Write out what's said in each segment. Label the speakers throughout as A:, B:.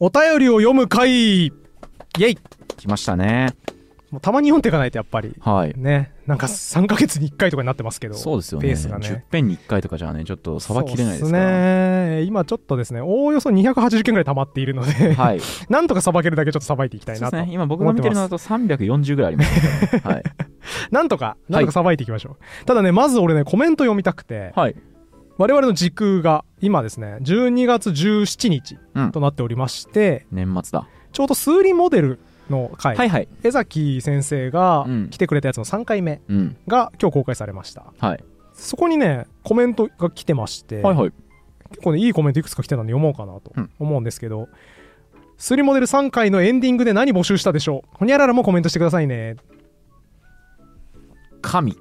A: お便りを読む会イェイ
B: 来ましたね。
A: もうたまに読んでいかないとやっぱり、
B: はい。
A: ね、なんか3ヶ月に1回とかになってますけど、
B: そうですよ
A: ペ
B: ね。
A: ースが
B: 10
A: ね。
B: 編に1回とかじゃあね、ちょっとさばききれないです
A: そう
B: か
A: っ
B: ら。
A: すね。今ちょっとですね、おおよそ280件ぐらい溜まっているので、
B: はい。
A: なんとかさばけるだけちょっとさばいていきたい
B: そうで
A: な
B: す
A: と。
B: ね。今僕が見てるのだと340ぐらいありますから。はい。
A: なんとか、なんとかさばいていきましょう。ただね、まず俺ね、コメント読みたくて、
B: はい。
A: 我々の時空が今ですね、12月17日
B: うん
A: となっておりまして、
B: 年末だ。
A: ちょうど数理モデルの回、
B: はいはい。
A: 江崎先生が
B: うん
A: 来てくれたやつの3回目
B: うん。
A: が今日公開されました。
B: はい。
A: そこにね、コメントが来てまして、
B: はいはい。
A: 結構ね、いいコメントいくつか来てたんで読もうかなと
B: うん
A: 思うんですけど、スリモデル3回のエンディングで何募集したでしょうほにゃららもコメントしてくださいね。
B: 神。
A: じ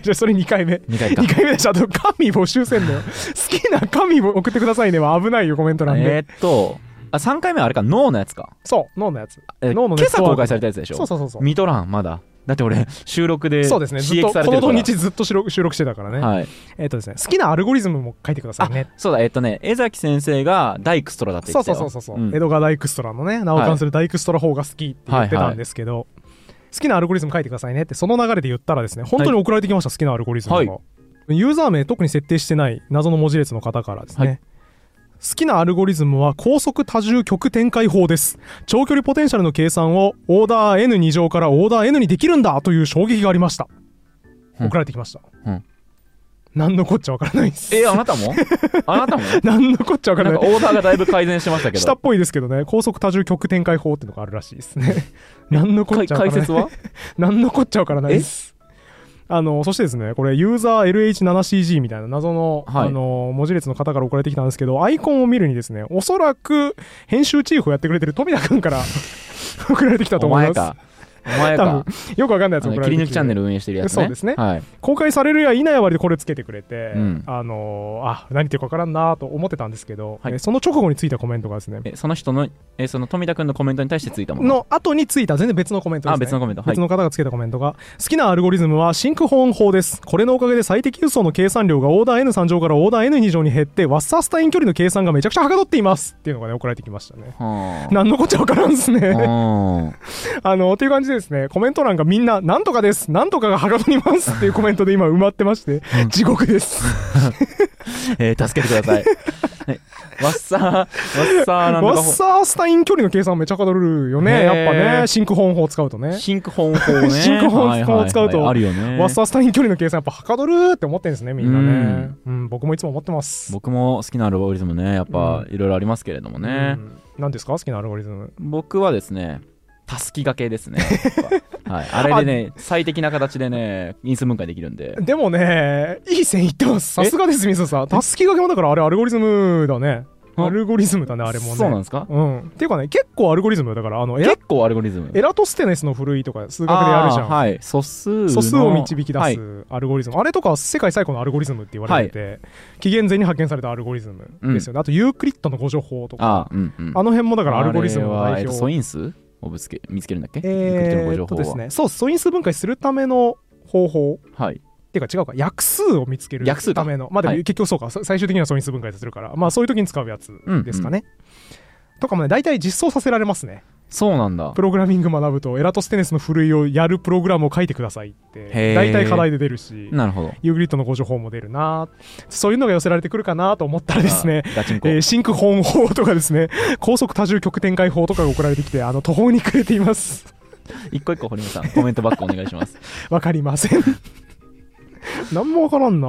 A: ゃじゃそれ2回目。
B: 2回か
A: 2。回目でしょあと、神募集せんの よ。好きな神を送ってくださいねは危 ないよ、コメント欄で。
B: えーっと、あ、3回目はあれか、脳のやつか。
A: そう、脳のやつ。
B: え
A: 脳のネ
B: 今
A: ット
B: 朝
A: ワーク
B: 公開されたやつでしょ。
A: そうそうそうそう。
B: 見とらん、まだ。だって 俺、収録で
A: そうですね、ずっと、こ
B: 刺激されて
A: の
B: るか
A: 土
B: ら。
A: 日ずっと収録収録してたからね。
B: はい。
A: えっ、とですね、好きなアルゴリズムも書いてくださいね。
B: そうだ、えっとね、江崎先生がダイクストラだって
A: そ
B: 言
A: う
B: ってた
A: そう
B: よ
A: そうそう、うん江戸川ダイクストラのね名を冠するダイクストラ方が好きって言ってたんですけど、好きなアルゴリズム書いてくださいねってその流れで言ったらですね本当に送られてきました、好きなアルゴリズムが、ユーザー名特に設定してない謎の文字列の方からですね、
B: はい
A: 好きなアルゴリズムは高速多重極展開法です長距離ポテンシャルの計算をオーダー N2 乗からオーダー N にできるんだという衝撃がありました
B: うん
A: 送られてきました、
B: うん
A: 何のこっちゃわからないです
B: え、あな たもあなたも
A: 何のこっちゃわか
B: な
A: ら
B: ん
A: な
B: か
A: い
B: オーダーがだいぶ改善してましたけ
A: 下っ
B: ど。
A: ぽいですけどね高速多重極展開法っていうのがあるらしいですね 何のこっ
B: か
A: ちゃわから
B: 解
A: ない
B: 説は
A: 何のこっちゃわからないですあのそしてですねこれユーザー LH7CG みたいな謎の,、
B: はい
A: あの文字列の方から送られてきたんですけどアイコンを見るにですねおそらく編集チーフをやってくれてる富田君から 送られてきたと
B: お
A: 思い
B: 前
A: ます
B: か。お前
A: 多分
B: か。
A: よくわかんないやつ
B: あ
A: 送
B: の
A: ら
B: 切
A: れ
B: り
A: て
B: 抜
A: き
B: き
A: て
B: チャンネル運営してるやつね。
A: そうですね
B: はい。
A: 公開されるや否や割でこれつけてくれて、
B: うん
A: あのあ何言ってるかわからんなと思ってたんですけど、
B: はい
A: えその直後についたコメントがですね
B: え、その人の、え、その富田君のコメントに対してついたもの。
A: の後についた全然別のコメントです、ね、
B: あ、別のコメント。はい
A: 別。の方がつけたコメントが、好きなアルゴリズムはシンクホーン法です。これのおかげで最適輸送の計算量がオーダー N3 乗からオーダー N2 乗に減って、ワッサースタイン距離の計算がめちゃくちゃはかどっていますっていうのがね、送られてきましたね。
B: は
A: なんのこっちゃわからんです
B: あ
A: ね。
B: うん
A: あの、という感じでですね、コメント欄がみんな、なんとかです、なんとかがはかどりますっていうコメントで今埋まってまして、地獄です。
B: えー助けて ください。はいワッサー、ワッサーなん
A: ワ
B: と
A: ッ
B: か
A: サースタイン距離の計算めちゃはかどるよね、
B: へ
A: や
B: ー
A: っぱね、シンクホーン法を使うとね
B: 法。。シンクホーン法ね。
A: シンクホーン法を使うと
B: はいはいはいあるよね。
A: ワッサースタイン距離の計算やっぱはかどるーって思ってるんですねみんなねうん僕もいつも思ってます
B: 僕も好きなアルゴリズムね、やっぱ
A: う
B: いろいろありますけれどもね
A: う。ん何ですか好きなアルゴリズム
B: 僕はですね、たすきがけですね。はい、あれでね、最適な形でね、因数分解できるんで。
A: でもねいい線いってますさすがです水野さんたすき掛けもだからあれアルゴリズムだね
B: あ
A: アルゴリズムだねあれもね
B: そうなんですか
A: うんっていうかね結構アルゴリズムよだからあのエラ
B: 結構アルゴリズム。
A: エラトステネスの古いとか数学でやるじゃ
B: あ
A: ん
B: ーはい。素数の。
A: 素数を導き出
B: はい
A: すアルゴリズム、あれとか世界最古のアルゴリズムって言われてて、紀元前に発見されたアルゴリズムですよね、あとユークリッドのご助法とか
B: あー、うんうん。
A: あの辺もだからアルゴリズムの代
B: あれはえ
A: 表
B: っと素因数をぶつけ見つけるんだっけ
A: えーっと
B: ユークリッドのご情報は
A: ですね、そう、素因数分解するための方法。
B: はい。
A: っていうか違うか、約数を見つける
B: 約数か
A: ための。まあでも
B: はい
A: 結局そうか、さ最終的には素因数分解するから、まあそういう時に使うやつですかね。とかもね、大体実装させられますね。
B: そうなんだ
A: プ。ログラミング学ぶと、エラトステネスのふるいをやるプログラムを書いてくださいって、
B: へー
A: 大体課題で出るし、
B: なるほど。
A: ユーグリッドのご情報も出るなそういうのが寄せられてくるかなと思ったらですね
B: あ、ー。ガチンコ。
A: えーシンクホーン法とかですね、高速多重極展開法とかが送られてきて、あの、途方に暮れています。
B: 一個一個堀本さん、コメントバックお願い します。
A: わかりません。なんもわからんな。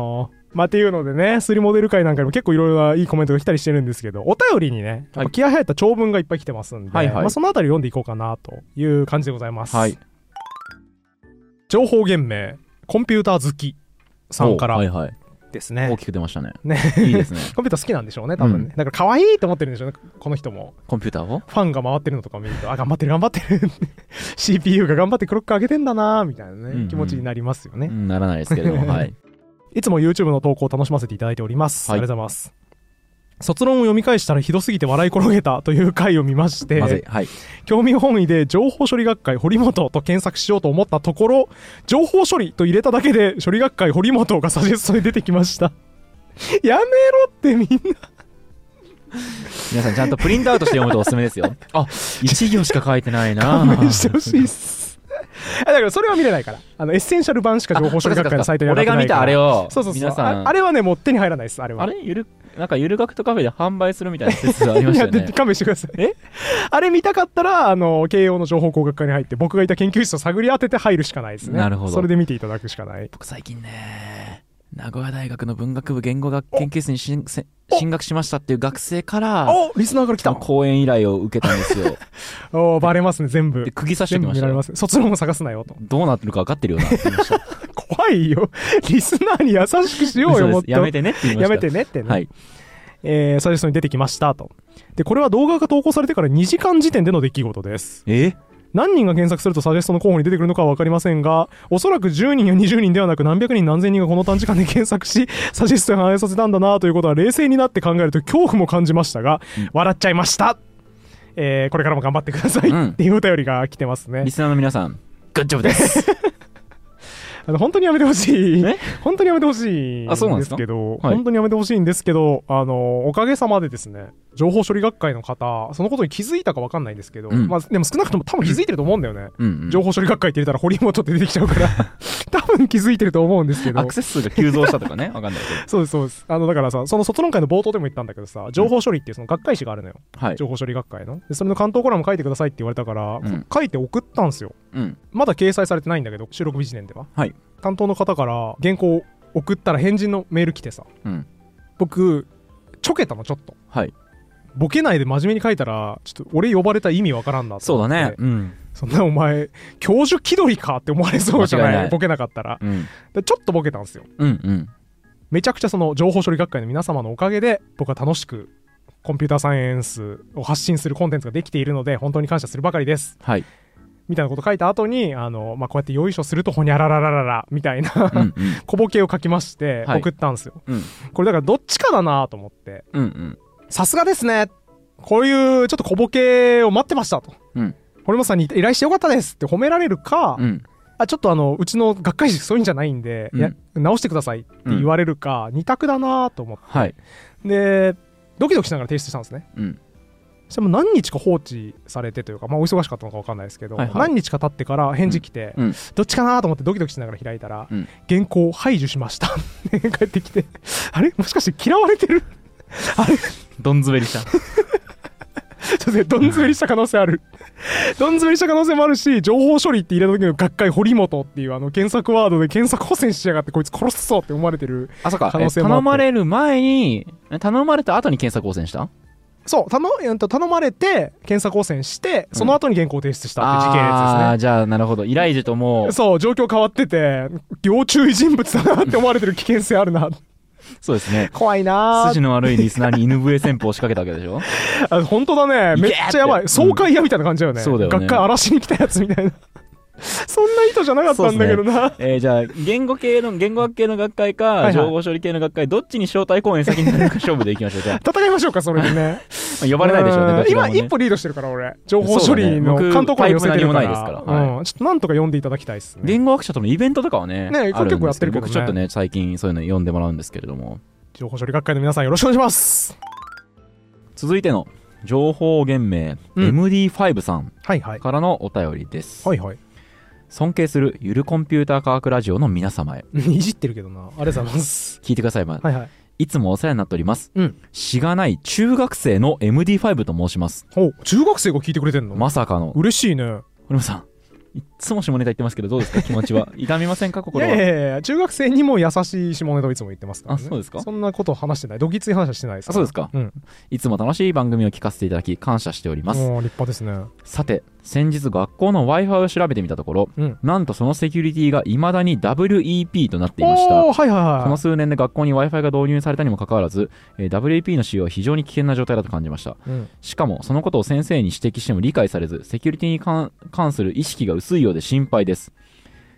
A: まあ、っていうのでね、スリモデル界なんかにも結構いろいろないいコメントが来たりしてるんですけど、お便りにね、やっ
B: は
A: ぱ
B: い
A: 気合入った長文がいっぱい来てますんで、
B: はいはい
A: まあ、そのあたり読んでいこうかなという感じでございます。
B: はい。
A: 情報源名、コンピューター好きさんか
B: おは
A: ら
B: いはい。
A: ですね。
B: 大きく出ましたね。
A: ね
B: いいですね。
A: コンピューター好きなんでしょうね、多分ね。
B: う
A: だ
B: ん
A: から可愛いと思ってるんでしょうね、この人も。
B: コンピューターを
A: ファンが回ってるのとか見ると、あ、頑張ってる、頑張ってる。CPU が頑張ってクロック上げてんだなみたいなね、
B: うんうん
A: 気持ちになりますよね
B: う。んならないですけれども、はい。
A: いつも YouTube の投稿を楽しませていただいております。
B: はい
A: ありがとうございます。卒論を読み返したらひどすぎて笑い転げたという回を見まして、
B: まずい。はい。
A: 興味本位で情報処理学会堀本と検索しようと思ったところ、情報処理と入れただけで処理学会 堀本がサジェストで出てきました。やめろってみんな。
B: 皆さんちゃんとプリントアウトして読むとおすすめですよあ1行しか書いてない な
A: 勘弁してほしいっすあだからそれは見れないからあのエッセンシャル版しか情報処理学会のサイトに上がっ
B: 俺
A: て
B: が
A: な
B: 見
A: いか
B: た
A: ら
B: あれを
A: そうそうそう
B: 皆さん
A: ああれはねもう手に入らないですあれは
B: あれゆるなんかゆる学徒カフェで販売するみたいな説がありま
A: い
B: し
A: や
B: たよね
A: で勘弁してください
B: え
A: あれ見たかったらあの慶応の情報工学科に入って僕がいた研究室を探り当てて入るしかないですね
B: なるほど
A: それで見ていただくしかない
B: 僕最近ね名古屋大学の文学部言語学研究室に進せ進学しましたっていう学生から
A: おリスナーから来た
B: 講演依頼を受けたんで すよ
A: おバレますね全部
B: で釘刺して
A: 全
B: き
A: 部
B: ま
A: 見ら
B: した
A: れ
B: よ
A: ます卒論も探すなよと
B: どうなってるか分かってるよなって言いました
A: 怖いよリスナーに優しくしよう
B: 嘘
A: よ
B: で
A: も
B: す
A: っと
B: やめてねって言いま
A: や
B: した
A: めてねってね、
B: はい
A: えーサジェストに出てきましたとでこれは動画が投稿されてから2時間時点での出来事です
B: え
A: 何人が検索するとサジェストの候補に出てくるのかは分かりませんがおそらく10人や20人ではなく何百人何千人がこの短時間で検索しサジェストに反映させたんだなということは冷静になって考えると恐怖も感じましたが、
B: うん
A: 笑っちゃいました、えーこれからも頑張ってください、
B: うん
A: っていうお便りが来てますね
B: リスナーの皆さんグッジョブです
A: あの本当にやめてほしい
B: え
A: 本当にやめてほしいんで
B: あそうなんですすか
A: けど
B: はい
A: 本当にやめてほしいんですけどあのおかげさまでですね情報処理学会の方そのことに気づいたか分かんないんですけど、
B: うん
A: まあ、でも少なくとも多分気づいてると思うんだよね、
B: うん、うん
A: 情報処理学会って入れたら堀本って出てきちゃうから 多分気づいてると思うんですけど
B: アクセス数が急増したとかね、わかんないけ
A: そうですそうですあのだからさその卒論会の冒頭でも言ったんだけどさ情報処理っていうその学会誌があるのよ、
B: ど。はい。
A: 情報処理学会のでそれの関東コラム書いてくださいって言われたから、
B: うん
A: 書いて送ったんですよ
B: うん。
A: まだ掲載されてないんだけど収録日時点では、
B: はい
A: 担当の方から原稿送ったら返事のメール来てさ
B: うん。
A: 僕ちょけたのちょっと
B: はい。
A: ボケないで真面目に書いたらちょっと俺呼ばれた意味わからんなと
B: そ
A: 思
B: う
A: って
B: だね。うん。
A: そんなお前教授気取りかって思われそうじゃない
B: 間違いない
A: ボケなかったら
B: うん。
A: でちょっとボケたんですよ
B: うん。うん。
A: めちゃくちゃその情報処理学会の皆様のおかげで僕は楽しくコンピューターサイエンスを発信するコンテンツができているので本当に感謝するばかりです
B: はい。
A: みたいなこと書いた後にあのまあこうやってよいしょするとほにゃらららららみたいな、
B: うん。うん。
A: 小ボケを書きまして
B: はい
A: 送ったんですよ、
B: うん
A: これだからどっちかだなと思って
B: うん。うん。
A: さすがですねこういうちょっと小ボケを待ってましたと、
B: うん
A: 堀本さんに依頼してよかったですって褒められるか、
B: うん。
A: あちょっとあのうちの学会誌そういうんじゃないんで、
B: うん
A: いや直してくださいって言われるか、二択だなと思って
B: はい。
A: でドキドキしながら提出したんですね
B: うん。
A: そしたらもう何日か放置されてというか、まあ、お忙しかったのか分かんないですけど、
B: はいはい
A: 何日か経ってから返事来て、
B: うんうん
A: どっちかなと思ってドキドキしながら開いたら、
B: うん
A: 原稿を排除しました 帰ってきてあれもしかして嫌われてるあれちょ
B: どん滑りした。
A: っとねどん詰めりした可能性あ るどん詰めりした可能性もあるし情報処理って入れた時の学会堀本っていうあの検索ワードで検索補正しやがってこいつ殺すぞって思われてる
B: あ、そうか。
A: 可
B: え
A: 能性もあって
B: 頼まれる前に、え頼まれた後に検索汚染した
A: そう頼,、えっと頼まれて検索汚染してその後に原稿を提出したっていう時系列ですね、
B: ああ、じゃあ、なるほど。依頼時と もう、
A: そう、状況変わってて、要注意人物だなって思われてる危険性ある な。
B: そうですね。
A: 怖いな
B: 筋の悪いリスナーに犬笛旋風を仕掛けたわけで しょ
A: あ本当だね。めっちゃやばい。
B: いけーって
A: 爽快屋みたいな感じだよね。
B: そうだよね
A: 学会荒らしに来たやつみたいな。 そんな意図じゃなかったんだけどな。
B: えー、じゃあ、言語系の、言語学系の学会か、
A: いはい
B: 情報処理系の学会、どっちに招待講演先になるか勝負でいきましょう。じゃあ、
A: 戦いましょうか、それでね。
B: まあ呼ばれないでしょうね。
A: うん
B: どちら
A: 今、
B: もね
A: 一歩リードしてるから、俺。情報処理の
B: そうだね僕
A: 関東から寄せてるか
B: パ
A: ら。
B: イプ何もないですからは
A: うん。ちょっとなんとか読んでいただきたいですね。
B: 言語学者とのイベントとかは
A: ね
B: ね、あるんです
A: 結構やってるけどね
B: 僕ちょっとね、最近そういうの読んでもらうんですけれども、
A: 情報処理学会の皆さんよろしくお願いします。
B: 続いての情報源名、
A: うん
B: MD5 さん
A: はいはい。
B: からのお便りです。
A: はい はい。
B: 尊敬するゆるコンピューター科学ラジオの皆様へ、
A: いじってるけどな。ありがとうございます。
B: 聞いてください、ま
A: はいはい。
B: いつもお世話になっております。
A: うん
B: しがない中学生の MD5 と申します。
A: お、中学生が聞いてくれてんの、
B: まさかの、
A: 嬉しいね。
B: 堀本さん、いっつも下ネタ言ってますけど、どうですか、気持ちは。痛みませんか、
A: い
B: 心
A: やい
B: は。
A: やいや中学生にも優しい下ネタをいつも言ってますから、ね、
B: あそうですか
A: そんなこと話してないどぎつい話はしてないです
B: あそう
A: で
B: ですか、
A: うん
B: いつも楽しい番組を聞かせていただき感謝しております、
A: もう立派ですね
B: さて先日学校の w i f i を調べてみたところ
A: うん
B: なんとそのセキュリティが未だに WEP となっていました
A: おーはいはい
B: この
A: は
B: 数年で学校に w i f i が導入されたにもかかわらず、えー WEP の使用は非常に危険な状態だと感じました
A: い、うん、
B: しかもそのことを先生に指摘しても理解されずセキュリティに関関する意識が薄いようで心配です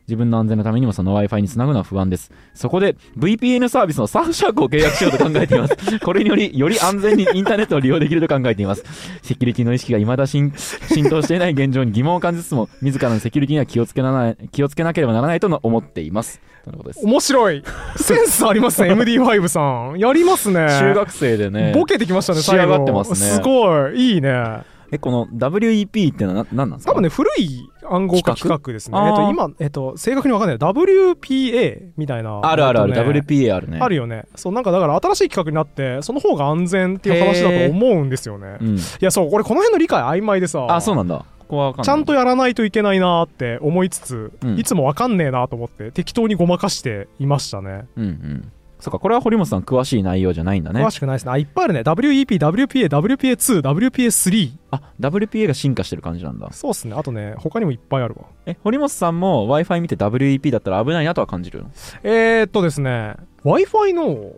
B: 自分の安全のためにもその Wi-Fi につなぐのは不安です。そこで VPN サービスのサーフシャークを契約しようと考えています。 これにより、より安全にインターネットを利用できると考えています。セキュリティの意識が未だ浸透していない現状に疑問を感じつつも、自らのセキュリティには気をつけな気をつけなければならないと思っています。とのことです。
A: 面白 い。センスありますね、MD5 さん。やりますね。
B: 中学生でね。
A: ボケてきましたね、
B: 仕上がってますね。
A: すごい。いいね。
B: えこの WEP ってのは何なんですか
A: 多分ね古い暗号化企画ですね。えっと、今、えっと、正確に分かんない WPA みたいな、
B: あるあるある、ね、WPA あるね。
A: あるよね。そうなんかだから新しい企画になってその方が安全っていう話だと思うんですよね。うん、いやそう俺この辺の理解曖昧でさ
B: あそうなんだ。ここ
A: ちゃんとやらないといけないなって思いつつ、うん、いつも分かんねえなと思って適当にごまかしていましたね。
B: うん、うんそっか、これは堀本さん、詳しい内容じゃないんだね。
A: 詳しくないですね。あ、いっぱいあるね。WEP、WPA、WPA2、WPA3。
B: あ、WPA が進化してる感じなんだ。
A: そうっすね。あとね、他にもいっぱいあるわ。
B: え、堀本さんも Wi-Fi 見て WEP だったら危ないなとは感じるの
A: えー、っとですね、Wi-Fi の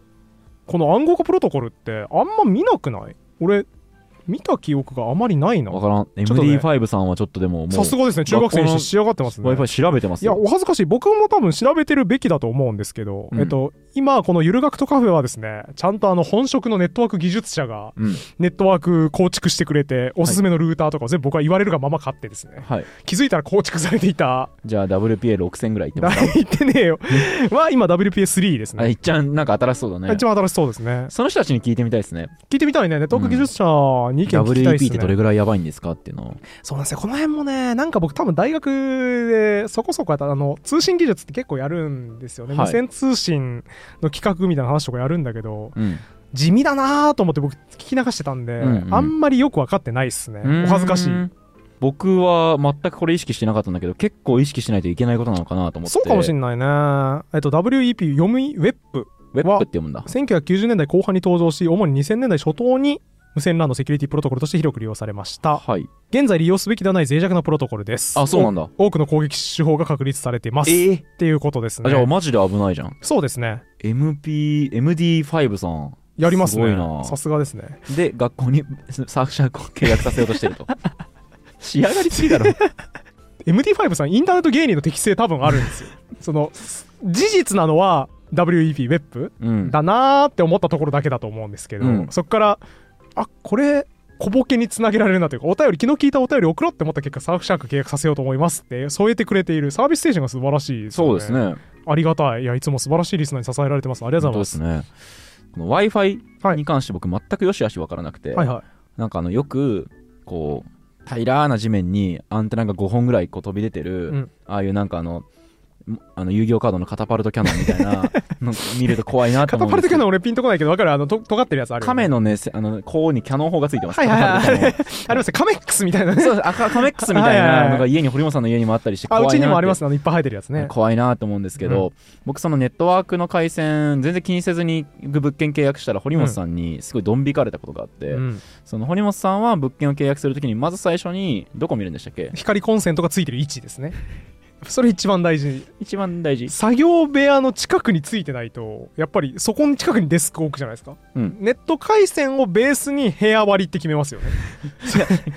A: この暗号化プロトコルってあんま見なくない俺、見た記憶があまりないな。
B: わからん。MD5 さんはちょっとでも
A: さすがですね。中学生にして仕上がってますね。
B: Wi-Fi 調べてます
A: いや、お恥ずかしい。僕も多分調べてるべきだと思うんですけど、うん、えっと、今、このゆる学徒カフェはですね、ちゃんとあの、本職のネットワーク技術者が、ネットワーク構築してくれて、うん、おすすめのルーターとかを全部僕は言われるがまま買ってです ね、はい、気づいたら構築されていた。
B: じゃあ WPA6000 ぐら いいってます
A: かいってねえよ。は、今 WPA3 ですね。あ、
B: いっちゃん、なんか新しそうだね。
A: 一番新しそうですね。
B: その人たちに聞いてみたいですね。
A: 聞いてみたいね。ネットワーク技術者、うんに意見聞きたいです、ね、
B: WEP ってどれぐらいやばいんですかっていうの
A: そうなんですよこの辺もねなんか僕多分大学でそこそこやったあの通信技術って結構やるんですよね、はい、無線通信の企画みたいな話とかやるんだけど、うん、地味だなと思って僕聞き流してたんで、うんうん、あんまりよく分かってないっすねお恥ずかしい
B: 僕は全くこれ意識してなかったんだけど結構意識しないといけないことなのかなと思って
A: そうかもしんないねえっと WEP 読み WEP
B: ウェップって読むんだ
A: 1990年代後半に登場し主に2000年代初頭に無線 LAN のセキュリティプロトコルとして広く利用されました、はい、現在利用すべきではない脆弱なプロトコルです
B: あそうなんだ
A: 多くの攻撃手法が確立されてます、えー、っていうことですね
B: じゃあマジで危ないじゃん
A: そうですね
B: MP MD5 さん
A: やりますねさすがですね
B: で学校に サーフシャークを契約させようとし てると仕上がりすぎだろ
A: MD5 さんインターネット芸人の適性多分あるんですよその事実なのは WEP、WEP、うん、だなーって思ったところだけだと思うんですけど、うん、そこからあこれ小ボケにつなげられるなというかお便り昨日聞いたお便り送ろうって思った結果サーフシャーク契約させようと思いますって添えてくれているサービス精神が素晴らしいです
B: ねそうですね
A: ありがたいいやいつも素晴らしいリスナーに支えられてますありがとうございます
B: ねこの w i f i に関して僕全くよしあし分からなくて、はいはい、なんかあのよくこう平らな地面にアンテナが5本ぐらいこう飛び出てる、うん、ああいうなんかあのあの遊戯王カードのカタパルトキャノンみた いなの見ると怖いなと思
A: うカタパルトキャノン俺ピンとこないけど分かるあのと尖ってるやつある、ね、
B: 亀のねあの甲にキャノン砲がついてます
A: はいはいはいありますカメックスみたいなね
B: そうあカメックスみたいなのが家に堀本さんの家にもあったりして
A: 怖いなあうちにもありますあのいっぱい生えてるやつね
B: 怖いなと思うんですけど、うん、僕そのネットワークの回線全然気にせずに物件契約したら堀本さんにすごいドン引かれたことがあって、うん、その堀本さんは物件を契約するときにまず最初にどこ見るんでしたっけ
A: 光コンセントがついてる位置ですねそれ一番大事
B: 一番大事
A: 作業部屋の近くについてないとやっぱりそこの近くにデスク置くじゃないですか、うん、ネット回線をベースに部屋割りって決めますよね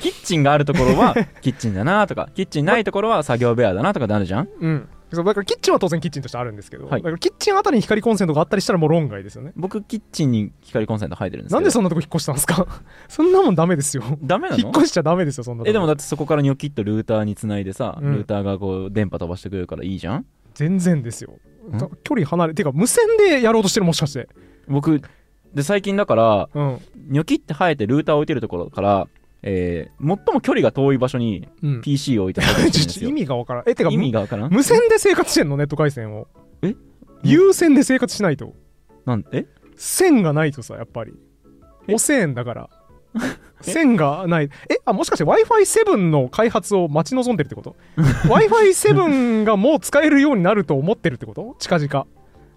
B: キッチンがあるところはキッチンだなとかキッチンないところは作業部屋だなとかなるじゃん
A: うんそうだからキッチンは当然キッチンとしてあるんですけど、はい、だからキッチンあたりに光コンセントがあったりしたらもう論外ですよね
B: 僕キッチンに光コンセント入ってるんです
A: なんでそんなとこ引っ越したんですか そんなもんダメですよ
B: ダメな
A: の引っ越しちゃダメですよそんな
B: えでもだってそこからニョキッとルーターにつないでさ、うん、ルーターがこう電波飛ばしてくれるからいいじゃん
A: 全然ですよ距離離れていうか無線でやろうとしてるもしかして
B: 僕で最近だから、うん、ニョキって生えてルーター置いてるところからえー、最も距離が遠い場所に PC を置いてあるんですよ、
A: うん、意味がわからんえてか
B: 意味がわからん
A: 無線で生活してんのネット回線を
B: え
A: 有線で生活しないと
B: なんえ
A: 線がないとさやっぱり汚染だから 線がないえあもしかして w i f i 7の開発を待ち望んでるって こと w i f i 7がもう使えるようになると思ってるってこと近々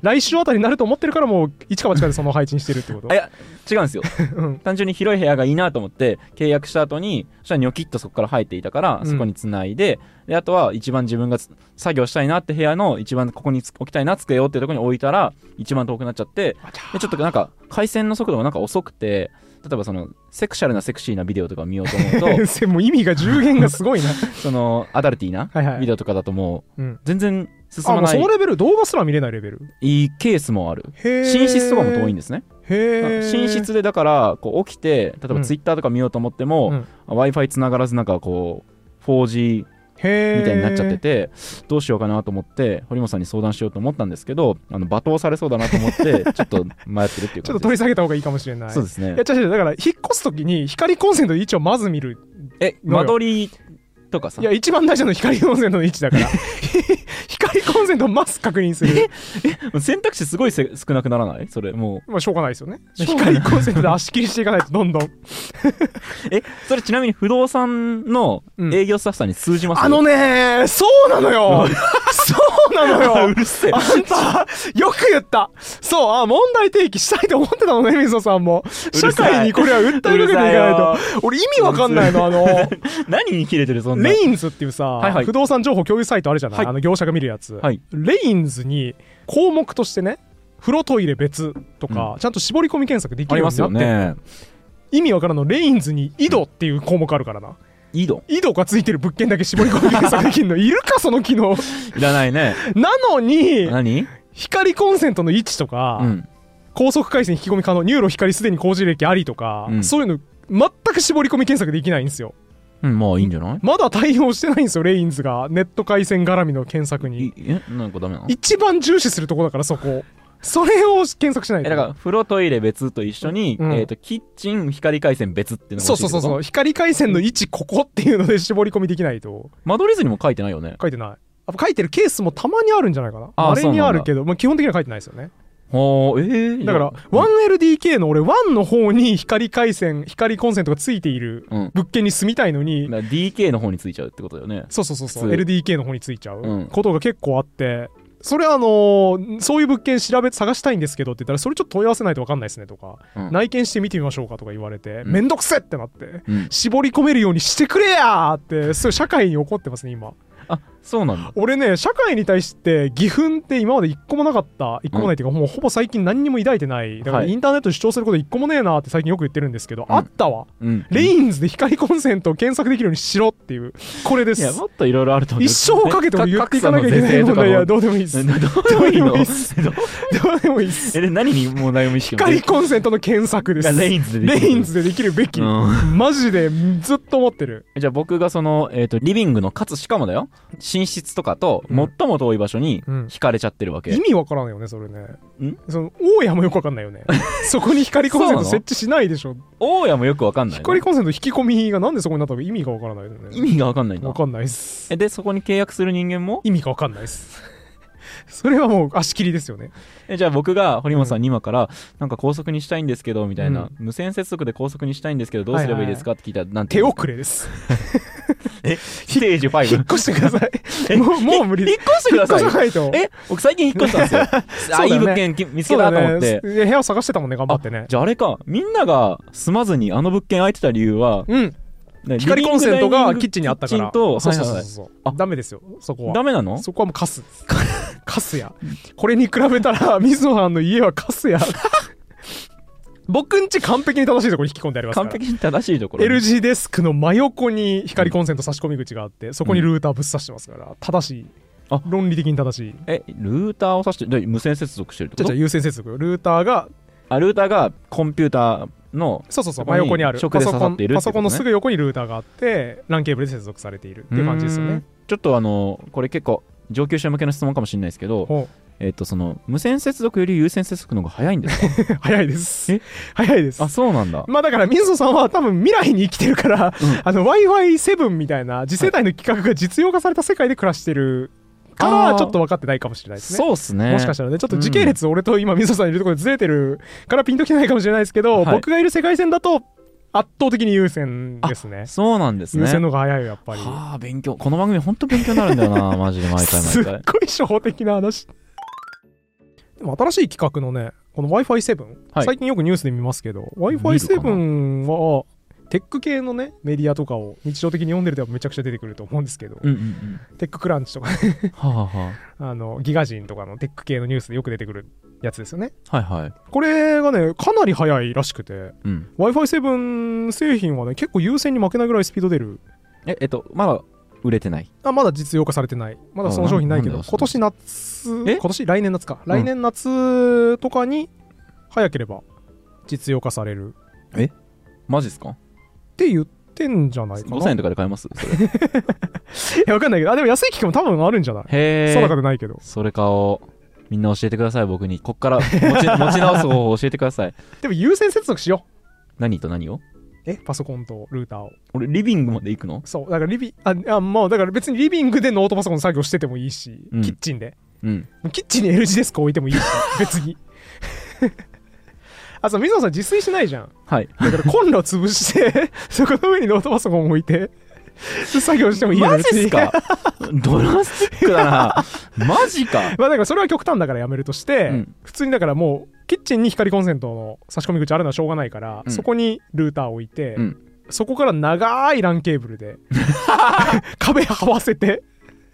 A: 来週あたりになると思ってるからもう一か八かでその配置にしてるってこと
B: いや違うんですよ、うん、単純に広い部屋がいいなと思って契約した後にそしたらニョキッとそこから入っていたから、うん、そこにつないでであとは一番自分が作業したいなって部屋の一番ここに置きたいな机をっていうところに置いたら一番遠くなっちゃってでちょっとなんか回線の速度がなんか遅くて例えばそのセクシャルなセクシーなビデオとか見ようと 思 うと
A: もう意味が重減がすごいな
B: そのアダルティーなビデオとかだともう全然、進ま
A: あもう
B: な
A: そ
B: い
A: のレベル動画すら見れないレベル
B: いいケースもある
A: へえ
B: 寝室とかも遠いんですね
A: へえ
B: 寝室でだからこう起きて例え
A: うん
B: ばツイッターとか見ようと思っても、
A: うん
B: w i f i つながらずなんかこう 4G
A: へえ
B: みたいになっちゃってて、どうしようかなと思って堀本さんに相談しようと思ったんですけどあの罵倒されそうだなと思ってちょっと迷ってるっていう感じです
A: ちょっと取り下げた方がいいかもしれない
B: そうですね
A: いや違う違うだから引っ越す時に光コンセントの位置をまず見る
B: え
A: のよ
B: 間取りとかさ
A: いや一番大事なのは光コンセントの位置だから 光コンセントをまず確認する
B: 選択肢すごいせ少なくならないそれも
A: まあしょうがないですよね
B: しょうがない
A: 光コンセントで足切りしていかないとどんどん
B: うえそれちなみに不動産の
A: うん
B: 営業スタッフさんに通じます、
A: あのねそうなのよそうなの
B: あ
A: よ
B: うるせえ
A: あんた、よく言った。そう、あ、問題提起したいと思ってたのね、水野さんも。
B: うる
A: 社
B: さい
A: 会にこれは訴えかけていかないと。俺、意味わかんないの、あの、
B: 何に切れてるそんな
A: レインズっていうさ、
B: いはい
A: 不動産情報共有サイトあるじゃない、
B: はい
A: あの業者が見るやつ、
B: はい
A: レインズに項目としてね、風呂トイレ別とか、ちゃんと絞り込み検索でき
B: あ
A: る
B: り
A: よう
B: ますよ
A: になって、
B: ね
A: 意味わからんの、レインズに井戸っていう項目あるからな。
B: 井戸
A: 井戸がついてる物件だけ絞り込み検索できるの、いるか、その機 能。
B: いらないね
A: なのに、
B: 何
A: 光コンセントの位置とか、
B: うん
A: 高速回線引き込み可能ニューロ光すでに工事歴ありとか、
B: うん
A: そういうの全く絞り込み検索できないんですよ
B: うんまあいいんじゃない
A: まだ対応してないんですよレインズがネット回線絡みの検索
B: い
A: に
B: えなんかダメなの
A: 一番重視するとこだからそこそれを検索しない
B: え
A: と
B: だから風呂トイレ別と一緒に、
A: うん
B: えー、とキッチン光回線別っていうのが
A: そう
B: 欲しい
A: そうそうそう
B: う
A: 光回線の位置ここっていうので絞り込みできないと
B: 間取り図にも書いてないよね
A: 書いてないあ書いてるケースもたまにあるんじゃないかな
B: あー
A: あれにあるけど、まあ、基本的には書いてないですよね
B: はあえー、
A: だから 1LDK の俺1の方に光回線光コンセントがついている
B: うん
A: 物件に住みたいのに、
B: だから DK の方についちゃうってことだよね
A: そうそうそうそう
B: 普通
A: LDK の方についちゃ
B: う
A: うんことが結構あって、それはあのーそういう物件調べ探したいんですけどって言ったらそれちょっと問い合わせないと分かんないですねとか、
B: うん
A: 内見して見てみましょうかとか言われて、
B: うん
A: めんどくせってなって、
B: うん
A: 絞り込めるようにしてくれやーってそういう社会に怒ってますね今
B: あそうなんだ
A: 俺ね社会に対して義憤って今まで一個もなかった一個もないっていうか、もうほぼ最近何にも抱いてないだから
B: はい
A: インターネットで主張すること一個もねえなって最近よく言ってるんですけど、
B: うん
A: あったわ
B: うん
A: レインズで光コンセントを検索できるようにしろっていうこれで
B: いや
A: す
B: もっといろいろあると思う
A: 一生かけても言っていかなきゃいけない問題や
B: ど
A: どうでもいいっす。ど
B: うでもいいの
A: どうでもいいっすうでもいいっす。
B: えで何に問題を意識
A: 光コンセントの検索です。
B: レインズで
A: レインズでできるべき。
B: うん
A: マジでずっと思ってる。
B: じゃあ僕がその、えー、とリビングのかつしかもだよ寝室とかと
A: うん
B: 最も遠い場所に
A: うん
B: 惹かれちゃってるわけ、
A: 意味わからんよね、それね
B: ん。
A: その、大家もよくわかんないよね。 そこに光コンセン
B: そうな
A: ト
B: の
A: 設置しないでしょ。
B: 大家もよくわかんない、ね、
A: 光コンセント引き込みがなんでそこになったのか意味がわからないよ
B: 意
A: ね。
B: 味がわかんないんだ
A: わかんないっす
B: え。でそこに契約する人間も
A: 意味がわかんないっす。それはもう足切りですよね。
B: えじゃあ僕が堀本さんに今からなんか高速にしたいんですけどみたいな、
A: うん
B: 無線接続で高速にしたいんですけどどうすればいいですかって聞いたらなんて
A: 手
B: 言う
A: 遅れです。
B: ステージ
A: 引っ
B: 5
A: 越してください。
B: え
A: もう、もう無理
B: 引っ
A: で
B: 越し
A: す。
B: てく
A: 引っ
B: だ
A: 越
B: さい
A: さ
B: よ
A: ないと。
B: え僕最近引っ越した んですよあ
A: そうだ
B: い
A: ね
B: い物件き見つ
A: そ
B: け
A: うだ
B: た
A: ね
B: と思って、
A: いや部屋探してたもんね頑張ってね
B: じゃああれかみんなが住まずにあの物件空いてた理由は、
A: うん
B: ね
A: 光コンセントがキッチンにあったか
B: キッチ
A: ら
B: ンと
A: そうそう
B: はい
A: そ
B: は
A: う
B: いはい
A: そう
B: あ
A: ダメですよそこ
B: ダ
A: は
B: メなの
A: そこはもうカスですカスやこれに比べたら水野さんの家はカスや僕んち完璧に正しいところに引き込んでありますか
B: 完
A: ら
B: 璧に正しいところ
A: LG デスクの真横に光コンセント差し込み口があってそこにルーターぶっ刺してますから正しい
B: あ
A: 論理的に正しい
B: えルーターを挿してで無線接続してるって
A: じ
B: こ
A: ゃあ
B: と
A: じゃあ優先接続ルーターが
B: あルーターがコンピューターの
A: そうそうそう
B: そこ
A: 真
B: に
A: 横にある
B: 直
A: パ
B: で
A: ソ
B: 刺
A: コ
B: さっ
A: ン
B: ているってこ
A: パ
B: とね
A: ソコンのすぐ横にルーターがあって LAN ケーブルで接続されているっていう感じですよ
B: うー
A: ね
B: んちょっとあのこれ結構上級者向けの質問かもしれないですけど、
A: ほう
B: えっとその無線接続より有線接続の方が早いんですか
A: 早いです
B: え。
A: 早いです
B: あ。そうなんだ、
A: まあだから水野さんは多分未来に生きてるから、
B: うん
A: あの Wi-Fi7 みたいな次世代の企画が実用化された世界で暮らしてるか
B: あ
A: ら
B: ー
A: ちょっと分かってないかもしれないですね。
B: そうっすね
A: もしかしたらねちょっと時系列俺と今水野さんいるところでずれてるからピンときてないかもしれないですけど、
B: はい
A: 僕がいる世界線だと圧倒的に優先ですね。
B: そうなんですね
A: 優先の方が早いよやっぱり。
B: はあ勉強この番組本当勉強になるんだよなマジで毎回
A: すっ
B: 毎
A: ご
B: 回
A: い初歩的な話でも新しい企画のねこの w i f i 7、
B: はい
A: 最近よくニュースで見ますけど w i f i
B: 見るかな
A: 7はテック系のねメディアとかを日常的に読んでるとめちゃくちゃ出てくると思うんですけど、
B: うんうん
A: テッククランチとか
B: うんはあ、はあは
A: あのギガ人とかのテック系のニュースでよく出てくるやつですよね
B: あ、はいはい
A: これがねかなり早いらしくて
B: うん
A: w i f i 7製品はね結構優先に負けないぐらいスピード出る
B: ええっとまだ売れてない。
A: あまだ実用化されてないまだその商品ないけど
B: あなんなんだ
A: 今年夏
B: え
A: 今年来年夏か
B: ん
A: 来年夏とかに早ければ実用化される
B: マジっすか
A: って言ってんじゃないかな
B: ?5000 円とかで買えますそれへ
A: いやわかんないけどあでも安い期間も多分あるんじゃない定か
B: え。
A: でないけど
B: それ買おう。みんな教えてください、僕に。こっから持ち持ち直す方法教えてください。
A: でも優先接続しよ
B: 何と何を
A: うえパソコンとルーターを
B: 俺、リビングまで行くの
A: そうだからリビああもうだから別にリビングでノートパソコン作業しててもいいし、
B: うん
A: キッチンで
B: うん。
A: キッチンに L 字デスク置いてもいいし別 にあそう水野さん自炊しないじゃん
B: はい。
A: だからコンロ潰して そこの上にノートパソコン置いて作業してもいいよ
B: マジっす
A: 別に
B: かドラスティックだな。マジか。
A: まあだからそれは極端だからやめるとして、
B: うん
A: 普通にだからもうキッチンに光コンセントの差し込み口あるのはしょうがないから、
B: うん
A: そこにルーター置いて、
B: うん
A: そこから長い LAN ケーブルで 壁はわせて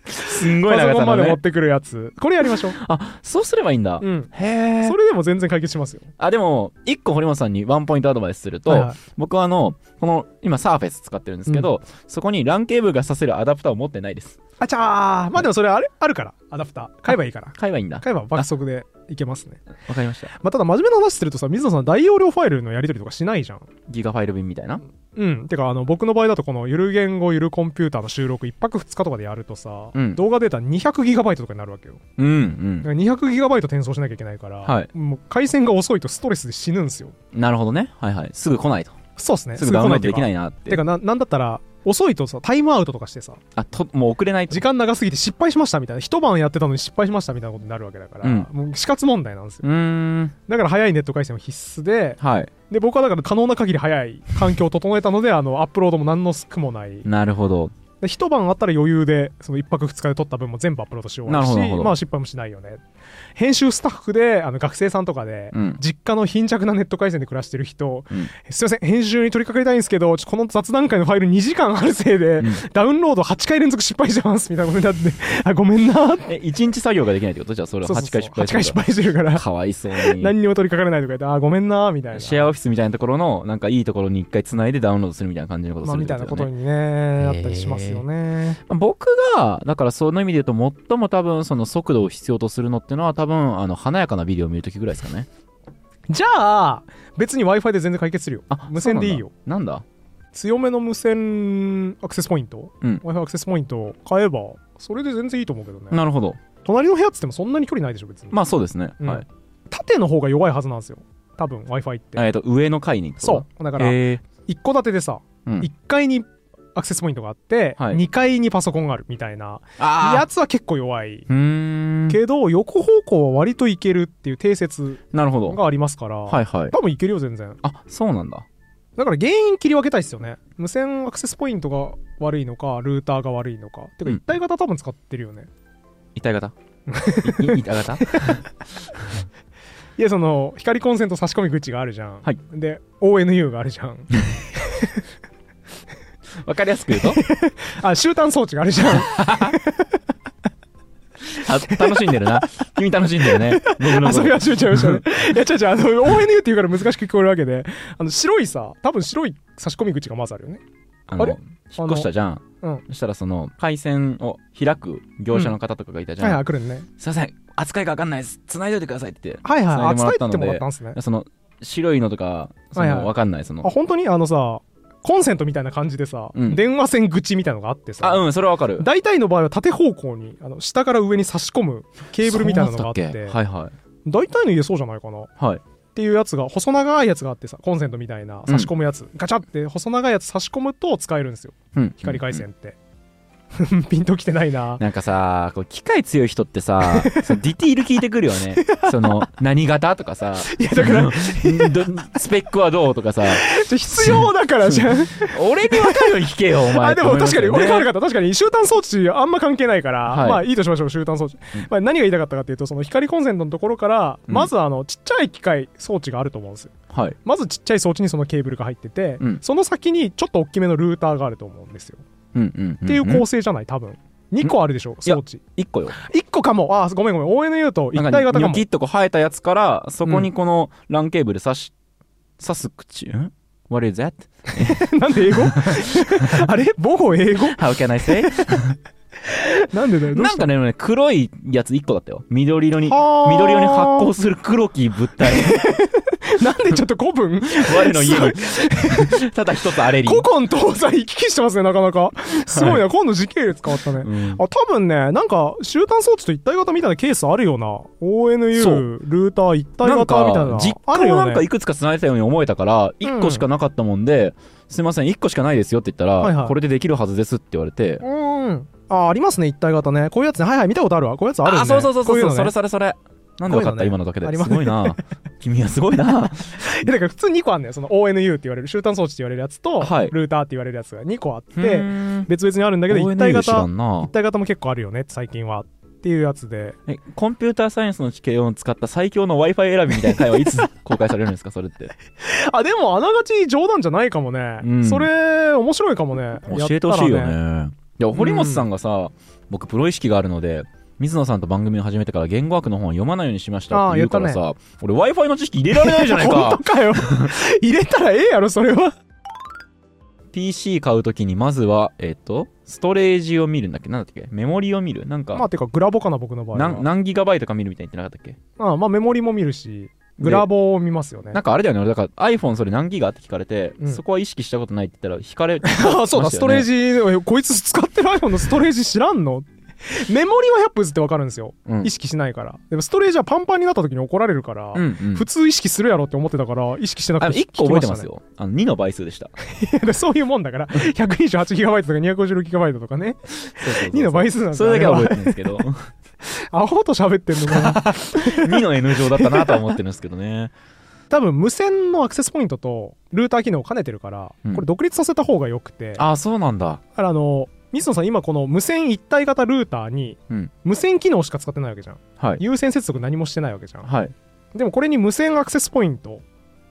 B: すんごい
A: パソ
B: 長
A: コ
B: さ
A: ンま
B: の
A: で持っ。
B: ね
A: てくるやつこれやりましょう、
B: あ、そうすればいいんだ。
A: うん、
B: へえ
A: そ。れでも全然解決しますよ
B: あ、でも、一個堀本さんにワンポイントアドバイスすると、
A: はいはい
B: 僕はあの、この、今、サーフェス使ってるんですけど、そこに LAN ケーブルが挿せるアダプターを持ってないです。
A: あちゃーまあでもそれあれあるからアダプター買えばいいから
B: 買えばいいんだ。
A: 買えば爆速でいけますね
B: わかりました。
A: まあ、ただ真面目な話するとさ水野さん大容量ファイルのやり取りとかしないじゃん
B: ギガファイル便みたいな。
A: うんてかあの僕の場合だとこのゆる言語ゆるコンピューターの収録1泊2日とかでやるとさ、
B: うん
A: 動画データ 200GB とかになるわけよ
B: うん、う
A: だか。ら
B: ん
A: 200GB 転送しなきゃいけないから、
B: はい
A: もう回線が遅いとストレスで死ぬんですよ
B: なるほどね。はいはい。すぐ来ないと。
A: そうっすね
B: すぐダウンロー
A: す
B: ド
A: ぐ
B: で
A: 来
B: きないいなって。
A: てかななんだったら遅いとさタイムアウトとかしてさ
B: あと、もう遅れないと
A: 時。間長すぎて失敗しましたみたいな一晩やってたのに失敗しましたみたいなことになるわけだから、
B: うん
A: もう死活問題なんですよ
B: うーん。
A: だから早いネット回線は必須で
B: はい。
A: で僕はだから可能な限り早い環境を整えたのであのアップロードも何の苦もない
B: なるほど。
A: で一晩あったら余裕でその一泊二日で撮った分も全部アップロードしよう
B: なるほ
A: し
B: どなるほど
A: まあ失敗もしないよね編集スタッフであの学生さんとかで、
B: うん。
A: 実家の貧弱なネット回線で暮らしてる人、
B: うん
A: すいません編集に取り掛かりたいんですけどちょっとこの雑談会のファイル2時間あるせいで、
B: うん
A: ダウンロード8回連続失敗してますみたいなことになってあごめんなって
B: え、一日作業ができないってことじゃあ、それ
A: そう
B: は
A: そうそう
B: 8回失敗
A: 8回失敗してるから
B: かわいそうに。
A: 何にも取り掛かれないとか言ってあごめんなみたいな
B: シェアオフィスみたいなところの、なんかいいところに一回繋いでダウンロードするみたいな感じのこと
A: ますあ、
B: るっ
A: み
B: て
A: たい
B: こ
A: なこ
B: とだ
A: と
B: よね
A: にねあったりしますよね、
B: 僕が、だからその意味で言うと、最も多分その速度を必要とするのってのは、多分あの華やかなビデオを見るときぐらいですかね。
A: じゃあ別に w i f i で全然解決するよ
B: あ
A: 無線でいいよ。
B: そうなんだなんだ
A: 強めの無線アクセスポイント、
B: う
A: w i
B: ん
A: f i アクセスポイントを買えばそれで全然いいと思うけどね
B: なるほど。
A: 隣の部屋っつってもそんなに距離ないでしょ別に、
B: まあそうですね。
A: うん
B: はい。
A: 縦の方が弱いはずなんですよ多分 w i f i って、
B: えっと、上の階に。
A: そうだ
B: だ
A: から
B: え
A: 一戸建てでさ、
B: ーうん
A: 一階にアクセスポイントがあって、
B: はい
A: 二階にパソコンがあるみたいな
B: あー
A: やつは結構弱いう
B: ーん。
A: けど横方向は割といけるっていう定説
B: なるほど。
A: がありますから、
B: はいはい。
A: 多分いけるよ全然
B: あ、そうなんだ。
A: だから原因切り分けたいですよね無線アクセスポイントが悪いのかルーターが悪いのかてか
B: うん
A: 一体型多分使ってるよね、
B: 痛い方いい痛い 方
A: いやその光コンセント差し込み口があるじゃん、
B: はい
A: で ONU があるじゃん
B: わかりやすく言うと
A: あ終端装置がある じゃん
B: あ楽しんでるな。君楽しんでるね。僕の
A: あ
B: こ
A: それ
B: と
A: は集中したねいや違う違うあの ONU って言うから難しく聞こえるわけであの白いさ多分白い差し込み口がまずあるよね
B: あの
A: あれ
B: 引っ越したじゃん。
A: うん
B: そしたらその回線を開く業者の方とかがいたじゃ
A: は
B: ん
A: い。はい来るね
B: すいません扱いが分かんないです繋いでいてくださいって言って
A: はいはいあ伝
B: 繋いで
A: えても
B: も
A: ら
B: ら
A: っ
B: ったた
A: んですね
B: その白いのとかそ
A: はいはい
B: の分かんないその、
A: あ本当にあのさコンセントみたいな感じでさ、
B: うん
A: 電話線口みたいのがあってさ
B: あうんそれは分かる
A: 大体の場合は縦方向にあの下から上に差し込むケーブルみたいなのがあって
B: そうだたっけはいは
A: 大体の家そうじゃないかなっ
B: いはい
A: ていうやつが細長いやつがあってさコンセントみたいな差し込むやつ、ガチャって細長いやつ差し込むと使えるんですよ
B: うん
A: 光回線
B: うん
A: って、 ピンときてないな
B: なんかさこう機械強い人っ てさそのディティール聞いてくるよねその何型とかさ
A: いやだから
B: どスペックはどうと かさ
A: 必要だからじゃん
B: 俺に分かるように聞けよお前
A: あでも確かに俺が悪
B: る
A: かった確かに終端装置あんま関係ないから、
B: はい
A: まあいいとしましょう終端装置、
B: うん
A: まあ、何が言いたかったかっていうとその光コンセントのところから
B: うん
A: まずあのちっちゃい機械装置があると思うんですよ
B: はい
A: まずちっちゃい装置にそのケーブルが入ってて、
B: うん
A: その先にちょっと大きめのルーターがあると思うんですよ。
B: うんうんんん
A: っていう構成じゃない多分。2個あるでしょ装置。
B: 一個よ
A: 1個かも。あー、ごめんごめん。ONU と一
B: なん
A: 体
B: か
A: 型か
B: ニョ
A: も
B: キ。ッとこう生えたやつからそこにこのランケーブル刺し、刺す口ん What is that?
A: なんで英語あれ母語英語
B: How can I say?
A: なんでだよどう
B: な
A: し
B: ん
A: た
B: かね、でもね黒いやつ1個だったよ。緑色に、
A: はー
B: 緑色に発光する黒き物体。
A: なんでちょっと古文
B: 我の家に。 ただ一つアレリン。
A: 古今東西行き来してますねなかなかすごいな、今度時系列変わったね、
B: うん
A: あ多分ねなんか集団装置と一体型みたいなケースあるよな
B: そ
A: ONU
B: う
A: ルーター一体
B: なん
A: 型みたいな
B: か実
A: あ
B: 家
A: る
B: も
A: よ
B: なんか
A: ね
B: いくつか繋いでたように思えたから
A: ん
B: 1個しかなかったもんで、すいません1個しかないですよって言ったら、
A: はいはい
B: これでできるはずですって言われて、
A: うんあありますね一体型ねこういうやつねはいはい見たことあるわこういうやつあるよね
B: あそうそうそう
A: こ
B: そう
A: いうのね
B: それそれそれなんで分か
A: こうい
B: った、
A: うのね
B: 今のだけ
A: あ
B: で
A: りますすね
B: ごいな君はすごいな
A: えだから普通2個あんのよその ONU って言われる集団装置って言われるやつと、
B: はい
A: ルーターって言われるやつが2個あっ
B: で
A: て別々にあるんだけど一体
B: 知ら
A: 型
B: んな
A: 一体型も結構あるよね最近はっていうやつで
B: えコンピューターサイエンスの知見を使った最強の w i f i 選びみたいな会はいつ公開されるん ですかそれって
A: あでもあながち冗談じゃないかもね、
B: うん
A: それ面白いかもね
B: 教えてほしいよ
A: やったら
B: ねいや堀本さんがさ、僕プロ意識があるので水野さんと番組を始めてから言語学の本を読まないようにしましたって言うからさ、俺 w i f i の知識入れられないじゃ ない
A: 本
B: か
A: 当かよ入れたらええやろそれ は
B: PC 買うときにまずはえっ、とストレージを見るんだっけなんだっけメモリを見るなんか、
A: まあてかグラボかな僕の場合は
B: 何何ギガバイトか見るみたいに言ってなかったっけ
A: あまあメモリも見るしグラボを見ますよね
B: なんかあれだよね俺だから iPhone それ何ギガって聞かれて、
A: うん
B: そこは意識したことないって言ったら引かれ
A: あそうだ、スト
B: しました
A: レ
B: よ
A: ー
B: ね
A: ジえこいつ使ってる iPhone のストレージ知らんのメモリは100分ってわかるんですよ、
B: うん
A: 意識しないからでもストレージはパンパンになった時に怒られるから、
B: うんうん
A: 普通意識するやろって思ってたから意識してな
B: あ
A: くて
B: 1個覚えてますよ、あの2の倍数でした
A: 聞きましたねそういうもんだから 128GB とか 256GB とかね
B: そうそうそう
A: 2の倍数なんだ
B: それだけは覚えて
A: え
B: るんですけど
A: アホと喋ってんのかな
B: 2の N 乗だったなとは思ってるんですけどね
A: 多分無線のアクセスポイントとルーター機能を兼ねてるから、
B: うん
A: これ独立させた方がよくて
B: あそうなんだ
A: だからあの水野さん今この無線一体型ルーターに
B: うん
A: 無線機能しか使ってないわけじゃん
B: はい
A: 有線接続何もしてないわけじゃん
B: はい
A: でもこれに無線アクセスポイント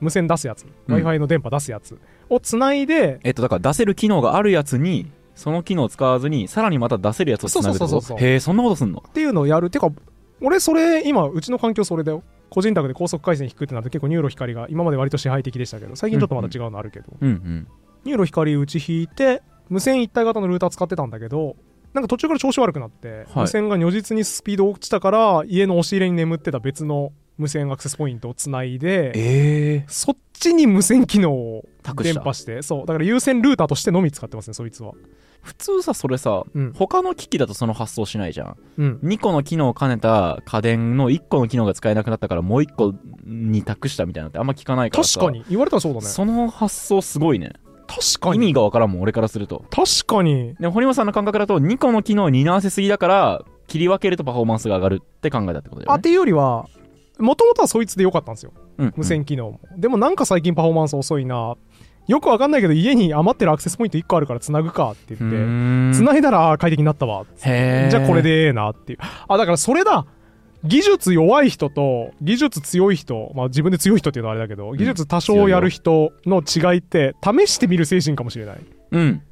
A: 無線出すやつ w
B: うん
A: i f i の電波出すやつをつないで
B: えっとだから出せる機能があるやつにその機能を使わずにさらにまた出せるやつをつなぐってこと
A: そうそうそうそう
B: へえそんなことすんの
A: っていうのをやるてか俺それ今うちの環境それだよ個人宅で高速回線引くってなると結構ニューロ光が今まで割と支配的でしたけど最近ちょっとまた違うのあるけど、
B: うんうん
A: ニューロ光うち引いて無線一体型のルーター使ってたんだけどなんか途中から調子悪くなって、
B: はい
A: 無線が如実にスピード落ちたから家の押し入れに眠ってた別の無線アクセスポイントをつないで
B: ええ
A: そっちに無線機能を
B: 託し
A: 電
B: た
A: 波してそうだから有線ルーターとしてのみ使ってますねそいつは
B: 普通さそれさ
A: うん
B: 他の機器だとその発想しないじゃん
A: うん
B: 2個の機能を兼ねた家電の1個の機能が使えなくなったからもう1個に託したみたいなのってあんま聞かないから
A: 確
B: さ
A: かに言われたらそうだね
B: その発想すごいね
A: 確か
B: 意
A: に
B: 味がわからんもん俺からすると
A: 確かに
B: でも堀本さんの感覚だと2個の機能を担わせすぎだから切り分けるとパフォーマンスが上がるって考えたってことだ
A: あ
B: よ
A: っ
B: ね
A: ていうよりはもともとはそいつでよかったんですよ
B: うんうん
A: 無線機能も、でもなんか最近パフォーマンス遅いなよくわかんないけど家に余ってるアクセスポイント1個あるからつなぐかって
B: う
A: 言って
B: ーん
A: つないだらあー快適になったわ
B: へー
A: じゃあこれでええなっていうあだからそれだ技術弱い人と技術強い人、まあ、自分で強い人っていうのはあれだけど、技術多少やる人の違いって試してみる精神かもしれない
B: うん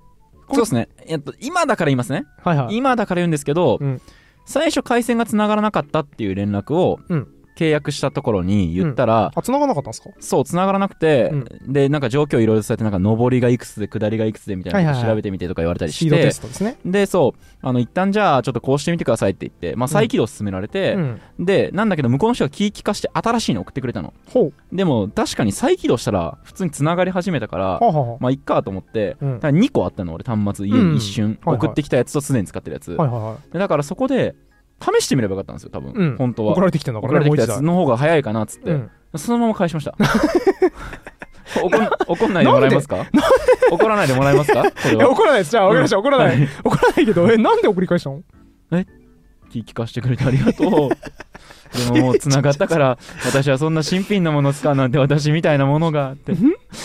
A: これ
B: そうですねえっと今だから言いますね
A: はいはい
B: 今だから言うんですけど、
A: うん
B: 最初回線がつながらなかったっていう連絡を
A: うん
B: 契約したところに言ったら、
A: あ繋がなかったんですか
B: そう繋がらなくて、でなんか状況いろいろ伝えてなんか上りがいくつで下りがいくつでみたいな
A: はい
B: こ
A: はい
B: と
A: はい
B: 調べてみてとか言われたり
A: スピ
B: し
A: ー
B: て、
A: ドテストですね
B: でそうあの一旦じゃあちょっとこうしてみてくださいって言って、まあ、再起動を進められて、
A: うん
B: でなんだけど向こうの人が聞き聞かして新しいの送ってくれたの
A: ほう
B: でも確かに再起動したら普通に繋がり始めたから
A: はあはあは
B: まあいっかと思って、
A: うん
B: だから2個あったの俺端末家に一瞬
A: はいはい
B: 送ってきたやつとすでに使ってるやつ、
A: あはいはいはい
B: でだからそこで試してみればよかったんですよ多分、
A: うん
B: 本当
A: 送
B: は
A: られてきてんだか
B: 送
A: ら
B: られ
A: ね
B: て
A: もう一
B: きたや
A: 台
B: つの方が早いかなっつって、
A: うん
B: そのまま返 しました怒ん怒んないでもらえますか怒らないでもらえますかこれ
A: いや
B: は
A: 怒らないですじゃあ分かりました怒らない
B: は
A: 怒らないけどえなんで送り返したの
B: 聞き聞かせてくれてありがと うでももう繋がったから私はそんな新品のもの使うなんて私みたいなものがって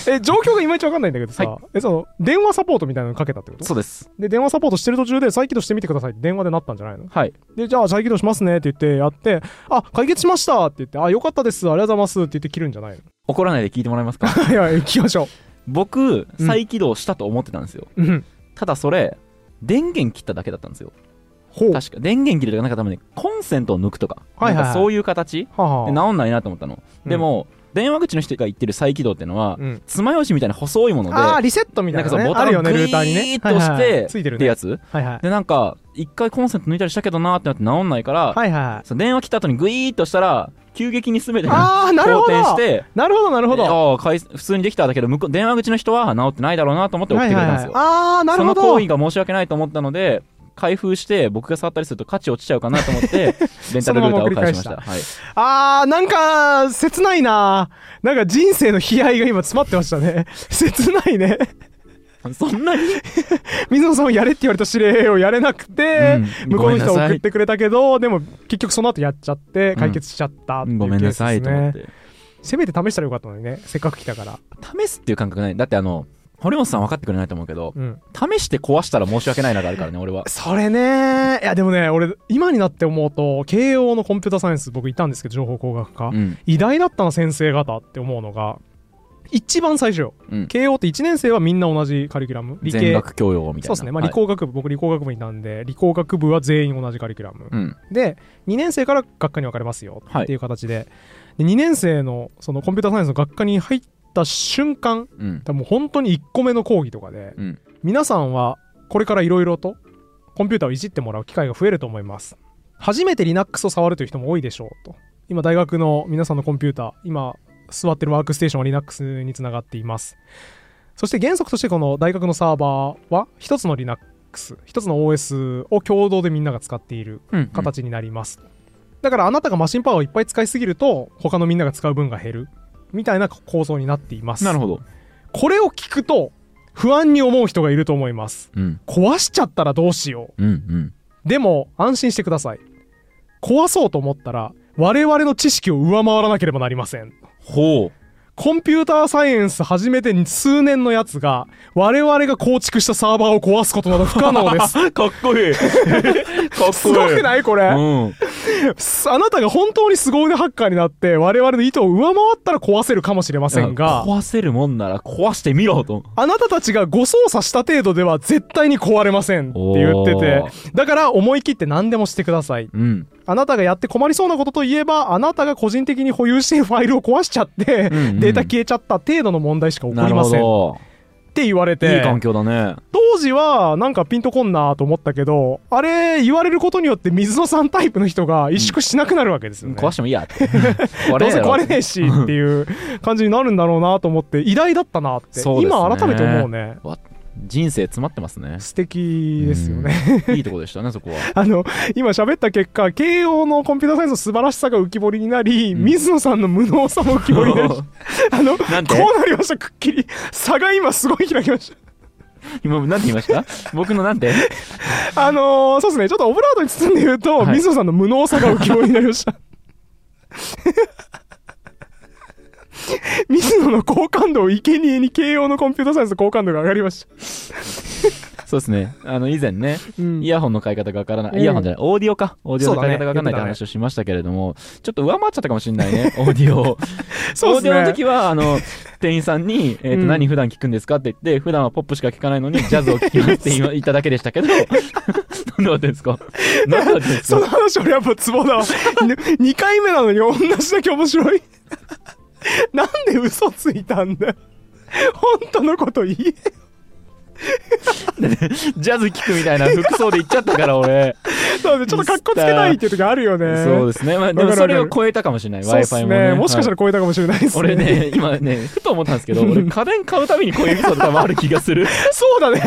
A: え状況がいまいち分かんないんだけどさ
B: は
A: えその電話サポートみたいなのかけたってこと
B: そうです
A: で電話サポートしてる途中で再起動してみてくださいって電話でなったんじゃないの
B: はい
A: でじゃあ再起動しますねって言ってやってあ解決しましたって言ってあよかったですありがとうございますって言って切るんじゃないの
B: 怒らないで聞いてもらえますか
A: いや行きましょ
B: 僕
A: うん
B: 再起動したと思ってたんですよ、
A: ううん
B: ただそれ電源切っただけだったんですよ
A: ほう
B: 確か電源切るとかなんか多分ねコンセントを抜くとか,、
A: はいはいはい
B: なんかそういう形
A: はあはあ
B: で治んないなと思ったの、
A: うん
B: でも電話口の人が言ってる再起動ってのは、爪楊枝みたいな細いもので
A: ああリセットみたいな、ね、
B: なんか
A: ボ
B: タンを
A: グ
B: イーッと押して
A: ついてる
B: ってやつ
A: はいはい
B: でなんか一回コンセント抜いたりしたけどなーってなって治んないから、
A: はいはい
B: その電話来た後にグイーッとしたら急激に全てが
A: ああなる
B: 好
A: ほど
B: 転して
A: なるほどなるほ
B: で
A: ど
B: ああかい普通にできただけど向こう電話口の人は治ってないだろうなと思って送ってくれたんですよ、
A: ああなるほど
B: その行為が申し訳ないと思ったので開封して僕が触ったりすると価値落ちちゃうかなと思ってレンタルルーターを返しました
A: そのまま繰り
B: はい、
A: あー、なんか、切ないななんか人生の悲哀が今詰まってましたね。 切ないね。
B: そんなに、
A: 水野さんをやれって言われた指令をやれなくて、
B: うん
A: 向こうの人は
B: ごめんなさ
A: 送
B: い
A: ってくれたけど、でも結局その後やっちゃって、解決しちゃったっていう
B: ごめんなさ
A: ケ
B: いと
A: ースで
B: 思っ
A: すね。
B: て
A: せめて試したらよかったのにね。せっかく来たから。
B: 試すっていう感覚ないだってあの堀本さん分かってくれないと思うけど
A: うん。
B: 試して壊したら申し訳ないながあるからね俺は
A: それねいやでもね、俺、今になって思うと、慶応のコンピュータサイエンス僕いたんですけど、情報工学科。
B: うん
A: 偉大だったな、先生方って思うのが、一番最初よ。
B: うん
A: 慶応って1年生はみんな同じカリキュラム理系
B: 全学教養みたい
A: そう
B: な
A: ですね、まあ、
B: はい
A: 理工学部、僕理工学部にいたんで理工学部は全員同じカリキュラム、
B: うん
A: で2年生から学科に分かれますよ
B: はい
A: っていう形で,、で2年生のそのコンピューターサイエンスの学科に入った瞬間
B: うん
A: 多分もう本当に1個目の講義とかで
B: うん
A: 皆さんはこれからいろいろとコンピューターをいじってもらう機会が増えると思います初めて Linux を触るという人も多いでしょうと今大学の皆さんのコンピューター今座ってるワークステーションは Linux につながっていますそして原則としてこの大学のサーバーは一つの Linux 一つの OS を共同でみんなが使っている
B: うん
A: 形になります、だからあなたがマシンパワーをいっぱい使いすぎると他のみんなが使う分が減るみたいな構造になっています
B: なるほど
A: これを聞くと不安に思う人がいると思います
B: うん
A: 壊しちゃったらどうしよ
B: うんうん
A: うでも安心してください壊そうと思ったら我々の知識を上回らなければなりません
B: ほう
A: コンピューターサイエンス始めて数年のやつが我々が構築したサーバーを壊すことなど不可能です
B: かっこいいかっこいい
A: すごくないこれ、
B: うん
A: あなたが本当に凄腕ハッカーになって我々の意図を上回ったら壊せるかもしれませんが
B: 壊せるもんなら壊してみろと
A: あなたたちが誤操作した程度では絶対に壊れませんって言ってて
B: お
A: だから思い切って何でもしてください
B: うん
A: あなたがやって困りそうなことといえばあなたが個人的に保有しているファイルを壊しちゃって、
B: うんうん
A: データ消えちゃった程度の問題しか起こ
B: な
A: り
B: る
A: ま
B: ほ
A: せんっ
B: ど
A: て言われて
B: いい環境だね
A: 当時はなんかピンとこんなと思ったけどあれ言われることによって水野さんタイプの人が萎縮しなくなるわけですよね、
B: 壊してもいいやって壊
A: どうせ
B: やろ
A: 壊れねえしっていう感じになるんだろうなと思って偉大だったなって、
B: そうですね
A: 今改めて思うね
B: わ人生詰まってますね
A: 素敵ですよね、
B: うんいいとこでしたねそこは
A: あの今喋った結果慶応のコンピューターサイエンスの素晴らしさが浮き彫りになり、
B: うん
A: 水野さんの無能さも浮き彫りに なりあのこ
B: なんて
A: うなりましたくっきり差が今すごい開きまし
B: 今何て言いました僕のなんて
A: たあのーそうですねちょっとオブラートに包んで言うと、
B: はい
A: 水野さんの無能さが浮き彫りになりました 水野の好感度を生贄に慶応のコンピューターサイエンスの好感度が上がりました
B: そうですねあの以前ね
A: うん
B: イヤホンの買い方がわからな
A: うん
B: い、イヤホンじゃない、オーディオか。オーディオの買い方がわからない
A: そう
B: って
A: だね
B: 話をしましたけれども、ちょっと上回っちゃったかもしれな いね、オーディオを。
A: そう
B: オ
A: です
B: ーデ
A: ね
B: ィオの時は、あの、店員さんに、えっ
A: う
B: と、
A: ん
B: 何普段聞くんですかって言って、普段はポップしか聞かな いのに、ジャズを聞きますって言わ言っただけでしたけど、何だったんですか何だったんです
A: その
B: か
A: 話俺やっぱツボだ わ2回目なのに同じだけ面白い なんで嘘ついたんだよ本当のこと言え
B: ジャズ聞くみたいな服装で言っちゃったから、俺。
A: そうねちょっとかっこつけたいっていう時あるよね
B: そうですね。まあ、でもそれ
A: わかるわ
B: を
A: かる
B: 超えたかもしれない、
A: そうっす
B: Wi-Fi も
A: ね
B: ね。
A: もしかしたら
B: はい
A: 超えたかもしれないですね
B: 俺ね、今ね、ふと思ったんですけど、俺家電買うたびにこういうエピソード多分ある気 がする。
A: そうだね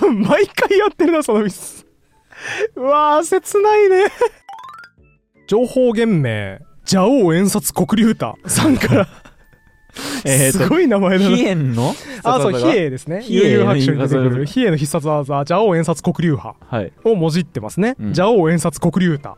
A: 多分毎回やってるなそのミスうわー切ないね情報言名蛇王演札黒竜太さんから
B: えーと
A: すごい名前だな
B: 飛燕の
A: あ、そう、比叡ですね。
B: 比叡
A: 悠々白書に出てく
B: そうそう
A: る。比叡の必殺技、蛇王演殺黒竜派
B: はい。
A: をもじってますね。
B: うん
A: 蛇王演殺黒竜 太。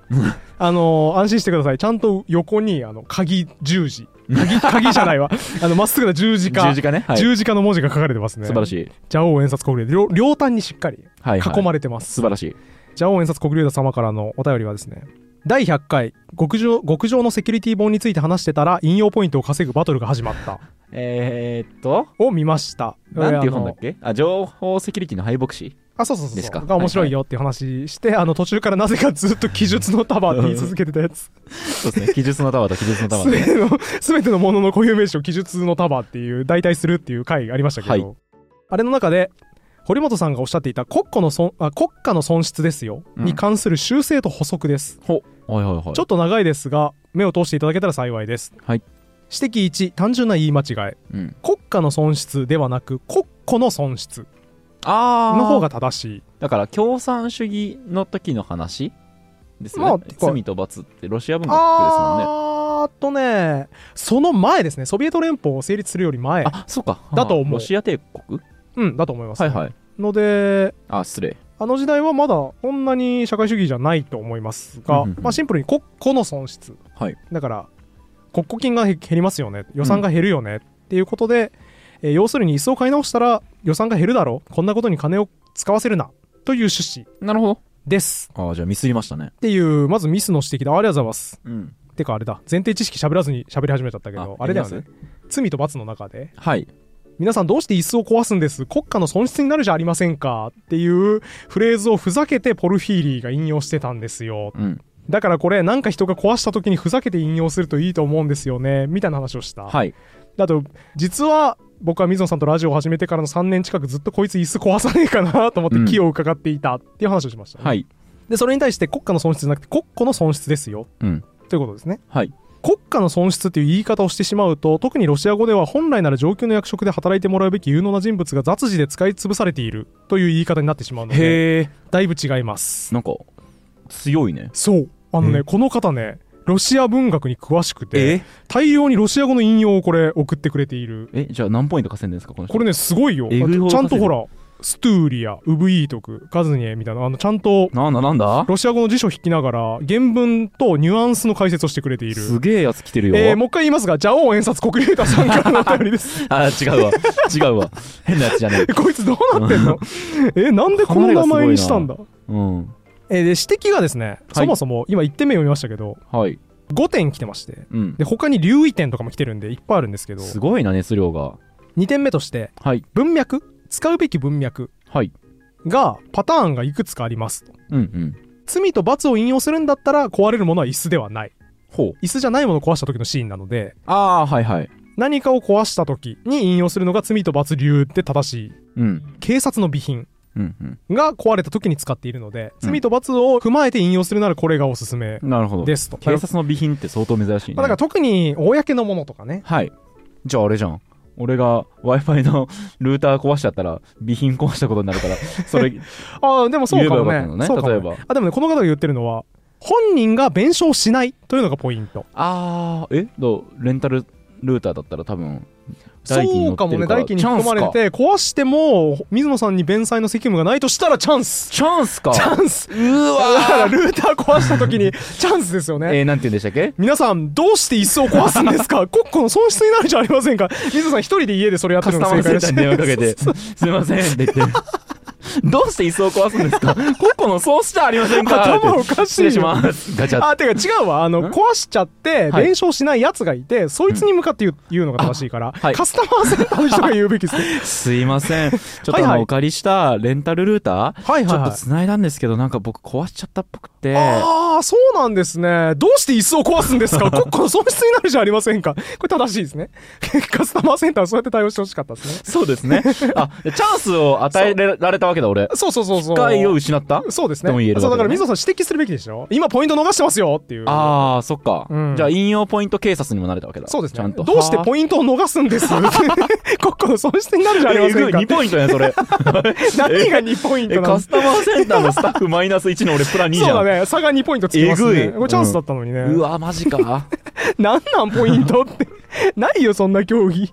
A: あのー、安心してください。ちゃんと横に、あの、鍵十字。 鍵、鍵じゃないわ。あの、まっすぐな十字架。
B: 十字架ね。はい。素
A: 十字架の文字が書かれてますね。
B: 晴らしい。
A: 蛇王演殺黒竜太両。両端にしっかり
B: はい、はい。
A: 囲まれてます。
B: 素晴らしい。
A: 蛇王演殺黒竜太様からのお便りはですね。第100回極上極上のセキュリティ本について話してたら引用ポイントを稼ぐバトルが始まった
B: えー、っと、
A: を見ました
B: なんていう本だっ
A: け
B: けあ、情報セキュリティの敗北史
A: あそうそうそう
B: です
A: そ
B: か
A: うが面白いよっていう話して、あの途中からなぜかずっと記述の束って言い続けてたやつ
B: そう ですね。記述の束と記述の 束
A: すべ
B: で。
A: ての 全てのものの固有名詞を記述の束っていう代替するっていう回がありましたけど、
B: はい
A: あれの中で堀本さんがおっしゃっていた国庫の損あ国家の損失ですよ、
B: うん
A: に関する修正と補足です
B: ほ。はいはいはい。
A: ちょっと長いですが目を通していただけたら幸いです、
B: はい
A: 指摘1単純な言い間違い
B: うん。
A: 国家の損失ではなく国庫の損失
B: ああ。
A: の方が正しい
B: だから共産主義の時の話です
A: ま
B: よ
A: あ
B: ね
A: て。か
B: 罪と罰ってロシア文学ですもんね。
A: あーっとねその前ですねソビエト連邦を成立するより前
B: あ、そうか。
A: だと思う
B: ロシア帝国
A: うんだと思います、
B: はいはい。
A: ので
B: あ、失礼。
A: あの時代はまだそんなに社会主義じゃないと思いますが、
B: うんうんうん
A: まあ、シンプルに国庫の損失
B: はい。
A: だから国庫金が減りますよね予算が減るよね、っていうことで、えー要するに椅子を買い直したら予算が減るだろうこんなことに金を使わせるなという趣旨
B: なるほ
A: です
B: ど。あーじゃあミスりましたね。
A: っていうまずミスの指摘だありがとうございます
B: うん。
A: てかあれだ前提知識喋らずに喋り始めちゃったけどあれだよ
B: や
A: ね
B: ります
A: 罪と罰の中で
B: はい。
A: 皆さんどうして椅子を壊すんです国家の損失になるじゃありませんかっていうフレーズをふざけてポルフィーリーが引用してたんですよ
B: うん。
A: だからこれなんか人が壊した時にふざけて引用するといいと思うんですよねみたいな話をした、
B: はい。
A: だと実は僕は水野さんとラジオを始めてからの3年近くずっとこいつ椅子壊さねえかなと思って気を伺っていたっていう話をしましたね、
B: はい。
A: でそれに対して国家の損失じゃなくて国庫の損失ですよ
B: うん。
A: ということですね
B: はい。
A: 国家の損失という言い方をしてしまうと特にロシア語では本来なら上級の役職で働いてもらうべき有能な人物が雑事で使い潰されているという言い方になってしまうので
B: へえ。
A: だいぶ違います
B: なんか、強いね。
A: そうあのね
B: え
A: この方ねロシア文学に詳しくて
B: え
A: 大量にロシア語の引用をこれ送ってくれている
B: え、じゃあ何ポイント稼いでるんですかこの人。
A: これねすごいよ
B: えぐいほど
A: ちゃんとほらストゥーリアウブイートクカズニエみたいなあのちゃんと
B: なんだなんだ
A: ロシア語の辞書を引きながら原文とニュアンスの解説をしてくれている
B: すげえやつ来てるよ。
A: えー、もう一回言いますが、ジャオー演札国竜太さんからのお便りです。
B: あー、違うわ。 違うわ。変なやつじゃねえ
A: え。こいつどうなってん のえ、なんでこの名前にしたんだ
B: うん。
A: えーで、指摘がですね、そもそも今1点目読みましたけど、
B: はい。
A: 5点来てまして、
B: うん。
A: で、他に留意点とかも来てるんで、いっぱいあるんですけど、
B: すごいな、熱量が。
A: 2点目として、
B: はい。
A: 文脈、使うべき文脈
B: はい。
A: が、パターンがいくつかありますと。
B: うんうん。
A: 罪と罰を引用するんだったら、壊れるものは椅子ではない。
B: ほう。
A: 椅子じゃないものを壊した時のシーンなので、
B: ああ、はいはい。
A: 何かを壊した時に引用するのが罪と罰流って正しい。
B: うん。
A: 警察の備品。
B: うん
A: が壊れた時に使っているので、
B: うん
A: 罪と罰を踏まえて引用するならこれがおすすめ
B: うん。なるほど。
A: ですと。
B: 警察の備品って相当珍しいね。
A: まあだから特に公のものとかね。
B: はい。じゃああれじゃん。俺が Wi-Fi の ルーター壊しちゃったら、備品壊したことになるから、それ、
A: ああ、でもそうかも
B: 言えばよ
A: ね。
B: かったのね
A: そうかも
B: 例えば
A: あ、でもね、この方が言ってるのは、本人が弁償しないというのがポイント。
B: ああ、えどうレンタルルーターだったら多分、代金
A: そ
B: に
A: う
B: 乗って
A: か
B: る
A: もね。
B: から
A: 代金に含まれて、壊しても、水野さんに弁済の責務がないとしたらチャンス
B: チャンスか
A: チャンス
B: うーわ
A: だからルーター壊した時にチャンスですよね。
B: えー、なんて言うんでしたっけ
A: 皆さん、どうして椅子を壊すんですか 国庫の損失になるじゃありませんか水野さん一人で家でそれやってる
B: カス
A: の
B: タ
A: 正
B: マ
A: 解
B: ーセン
A: らし
B: タ
A: い
B: ーに電話かけて、すいませんって言って。どうして椅子を壊すんですか国庫の喪失じゃありませんか
A: 頭おかしい
B: 失
A: よ
B: 礼します。ガチャ
A: あ、てか違うわ。あの、
B: ん
A: 壊しちゃって、
B: はい
A: 弁償しない奴がいて、そいつに向かって言う言うのが正しいから、
B: はい
A: カスタマーセンターの人が言うべき です。はい
B: すいません。ちょっとあの、
A: はいはい
B: お借りしたレンタルルーター、
A: はい
B: ちょっ
A: は
B: と
A: い。
B: 繋いだんですけど、なんか僕壊しちゃったっぽくて。
A: ああ、そうなんですね。どうして椅子を壊すん ですか国庫の損失になるじゃありませんか。これ正しいですね。 カスタマーセンターはそうやって対応してほしかったですね。
B: そうですね。あ、チャンスを与えられたわけだ、俺。
A: そうそうそうそう。
B: 機会を失った
A: そうです
B: とも言え
A: ね。
B: るわけだね
A: そうだから水野さん指摘するべきでしょ。今ポイント逃してますよっていう。
B: ああ、そっか、
A: うん
B: じゃあ、引用ポイント警察にもなれたわけだ。
A: そうです
B: ちゃ
A: ね
B: ん。と。
A: どうして
B: イン
A: ポイントを逃すん です 国庫の損失になるじゃありませんか
B: ?2。ポイントやん、それ。
A: 何が2ポイン
B: え
A: トなの
B: カスタマーセンターのスタッフマイナス1の俺プラ2じゃん。
A: そうだね差が2ポイントつきます
B: え
A: ね
B: ぐい
A: これチャンスだったのにね、
B: うわ、マ ジか。
A: なんなんポイントって ないよそんな競技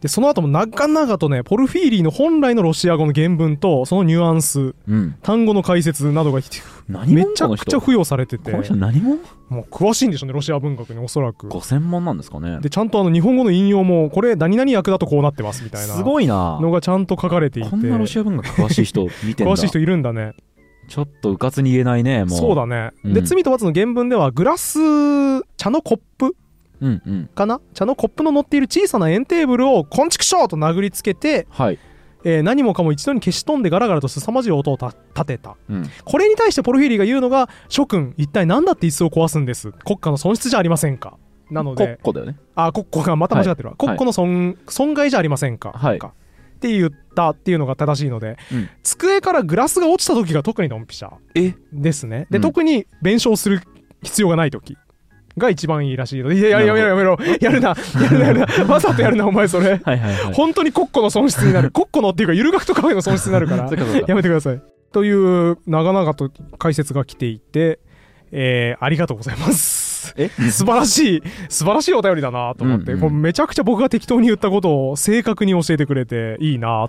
A: でその後も長々とねポルフィーリーの本来のロシア語の原文とそのニュアンス
B: うん。
A: 単語の解説などが
B: 何
A: め
B: 者
A: ちゃ
B: この
A: くちゃ
B: 人。
A: 付与されてて
B: この人何者
A: もう詳しいんでしょうねロシア文学におそらく
B: ?5000 問なんですかね。
A: でちゃんとあの日本語の引用もこれ何々役だとこうなってますみたいな
B: すごいな。
A: のがちゃんと書かれていて
B: こんなロシア文学詳しい人見てんだ
A: 詳しい人いるんだね
B: ちょっとうかつに言えないねもう
A: そうだね、で
B: うん
A: 罪と罰の原文ではグラス茶のコップ
B: うんうん
A: かな茶のコップの乗っている小さな円テーブルを「こんちくしょう!」と殴りつけて、
B: はい
A: えー何もかも一度に消し飛んでガラガラと凄まじい音をた立てた
B: うん
A: これに対してポルフィリーが言うのが諸君一体何だって椅子を壊すんです国家の損失じゃありませんかなの
B: コッ
A: で
B: コだよね
A: あ国庫がまた間違ってるわ、
B: はい
A: 国庫の損損害じゃありませんか,、
B: はい
A: かって言ったっていうのが正しいので、
B: うん
A: 机からグラスが落ちた時が特にドンピシャ
B: え
A: ですねで、
B: うん
A: 特に弁償する必要がない時が一番いいらしいのでいやいややめろやめろやるなやるなやるなわざとやるなお前それ
B: はいはいはい
A: 本当に国庫の損失にな る国庫のっていうかゆる学とカフェの損失になるから
B: そうかそうか
A: やめてくださいという長々と解説が来ていて、えーありがとうございます
B: え
A: 素晴らしい素晴らしいお便りだなと思って、
B: うんうん
A: こうめちゃくちゃ僕が適当に言ったことを正確に教えてくれていいな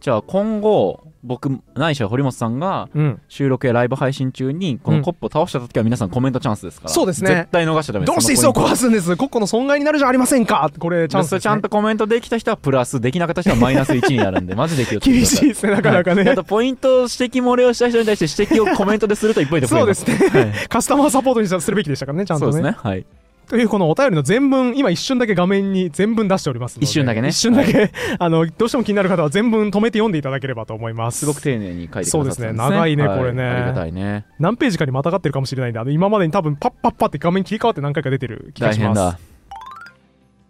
B: じゃあ今後僕ないしは堀本さんが
A: うん
B: 収録やライブ配信中にこのコップを倒した時は皆さんコメントチャンスですから、
A: そうですね
B: 絶対逃しちゃダメです
A: どうして椅子を壊すんです国庫の損害になるじゃありませんかこれチ
B: チ
A: ャ
B: ャ
A: ンス
B: ン
A: ですね、
B: ちゃんとコメントできた人はプラスできなかった人はマイナス1になる んでマジで気をつけてく
A: 厳
B: だ
A: し
B: さ
A: い
B: い
A: ですねなかなかね、
B: あとポイント指摘漏れをした人に対して指摘をコメントですると一方で
A: そ
B: 増え
A: う
B: ま
A: ですすね、
B: はい
A: カスタマーサポートにするべきでしたからねちゃん
B: そ
A: と
B: うです
A: ね
B: ねはい
A: というこのお便りの全文今一瞬だけ画面に全文出しておりますので
B: 一瞬だけね
A: 一瞬だけ、 あのどうしても気になる方は全文止めて読んでいただければと思います
B: すごく丁寧に書いてくださってたんです、
A: そうですね長いね
B: は
A: これね
B: ありがたいね
A: 何ページかにまたがってるかもしれないんであの今までに多分パッパッパって画面切り替わって何回か出てる気が
B: 大
A: し
B: 変
A: ます
B: だ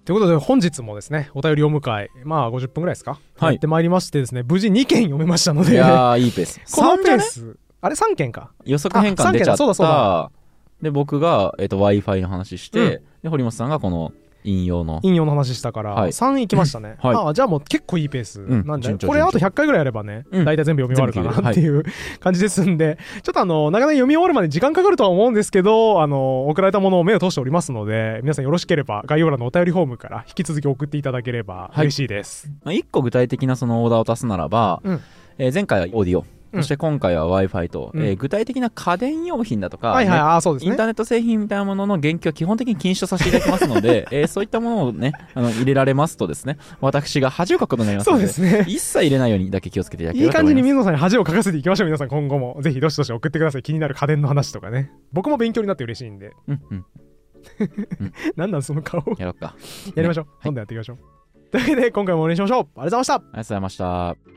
A: ということで本日もですねお便り読む会まあ50分ぐらいですか、
B: はい
A: やってまいりましてですね無事2件読めましたの
B: い
A: で
B: やーいいペ ース
A: この
B: 3じ
A: ペ
B: ゃ
A: ー
B: ね
A: ス、あれ3件か
B: 予測変換出ちゃ
A: あ三桁そうだ
B: っ
A: そうだ
B: たで僕が、えっと w i f i の話して、
A: う
B: で堀本さんがこの引用の
A: 引用の話したから、
B: はい
A: 3いきましたね、
B: はい
A: ああじゃあもう結構いいペースなんで、
B: うん順調
A: これあと
B: 順
A: 100回ぐらいやればね、
B: うん
A: 大体全部読み終わるかなっていう、感じですんでちょっとあのなかなか読み終わるまで時間かかるとは思うんですけどあの送られたものを目を通しておりますので皆さんよろしければ概要欄のお便りフォームから引き続き送っていただければ
B: はい
A: 嬉しいです、
B: まあ、1個具体的なそのオーダーを足すならば、
A: うん
B: えー前回はオーディオ、
A: うん
B: そして今回は w i f i と、
A: うん
B: えー具体的な家電用品だとか、
A: はいはい
B: ね
A: ああそうです
B: イン
A: ね
B: ターネット製品みたいなものの言及は基本的に禁止とさせていただきますの で、えーそういったものをね、あの入れられますとですね、私が恥をかくことになります
A: そ
B: の
A: う
B: で、
A: ですね
B: 一切入れないようにだけ気をつけていただけ
A: い
B: れ
A: い
B: ばと
A: 感
B: 思
A: じに
B: います。
A: 水野さんに恥をかかせていきましょう皆さん今後もぜひどしどし送ってください気になる家電の話とかね僕も勉強になって嬉しいんで
B: うんうん、
A: なんなんその顔
B: やろうか。あり
A: やりましょう、今度やっていきましょうというわけで今回もお願いしましょうありがとうございました
B: がとうございました。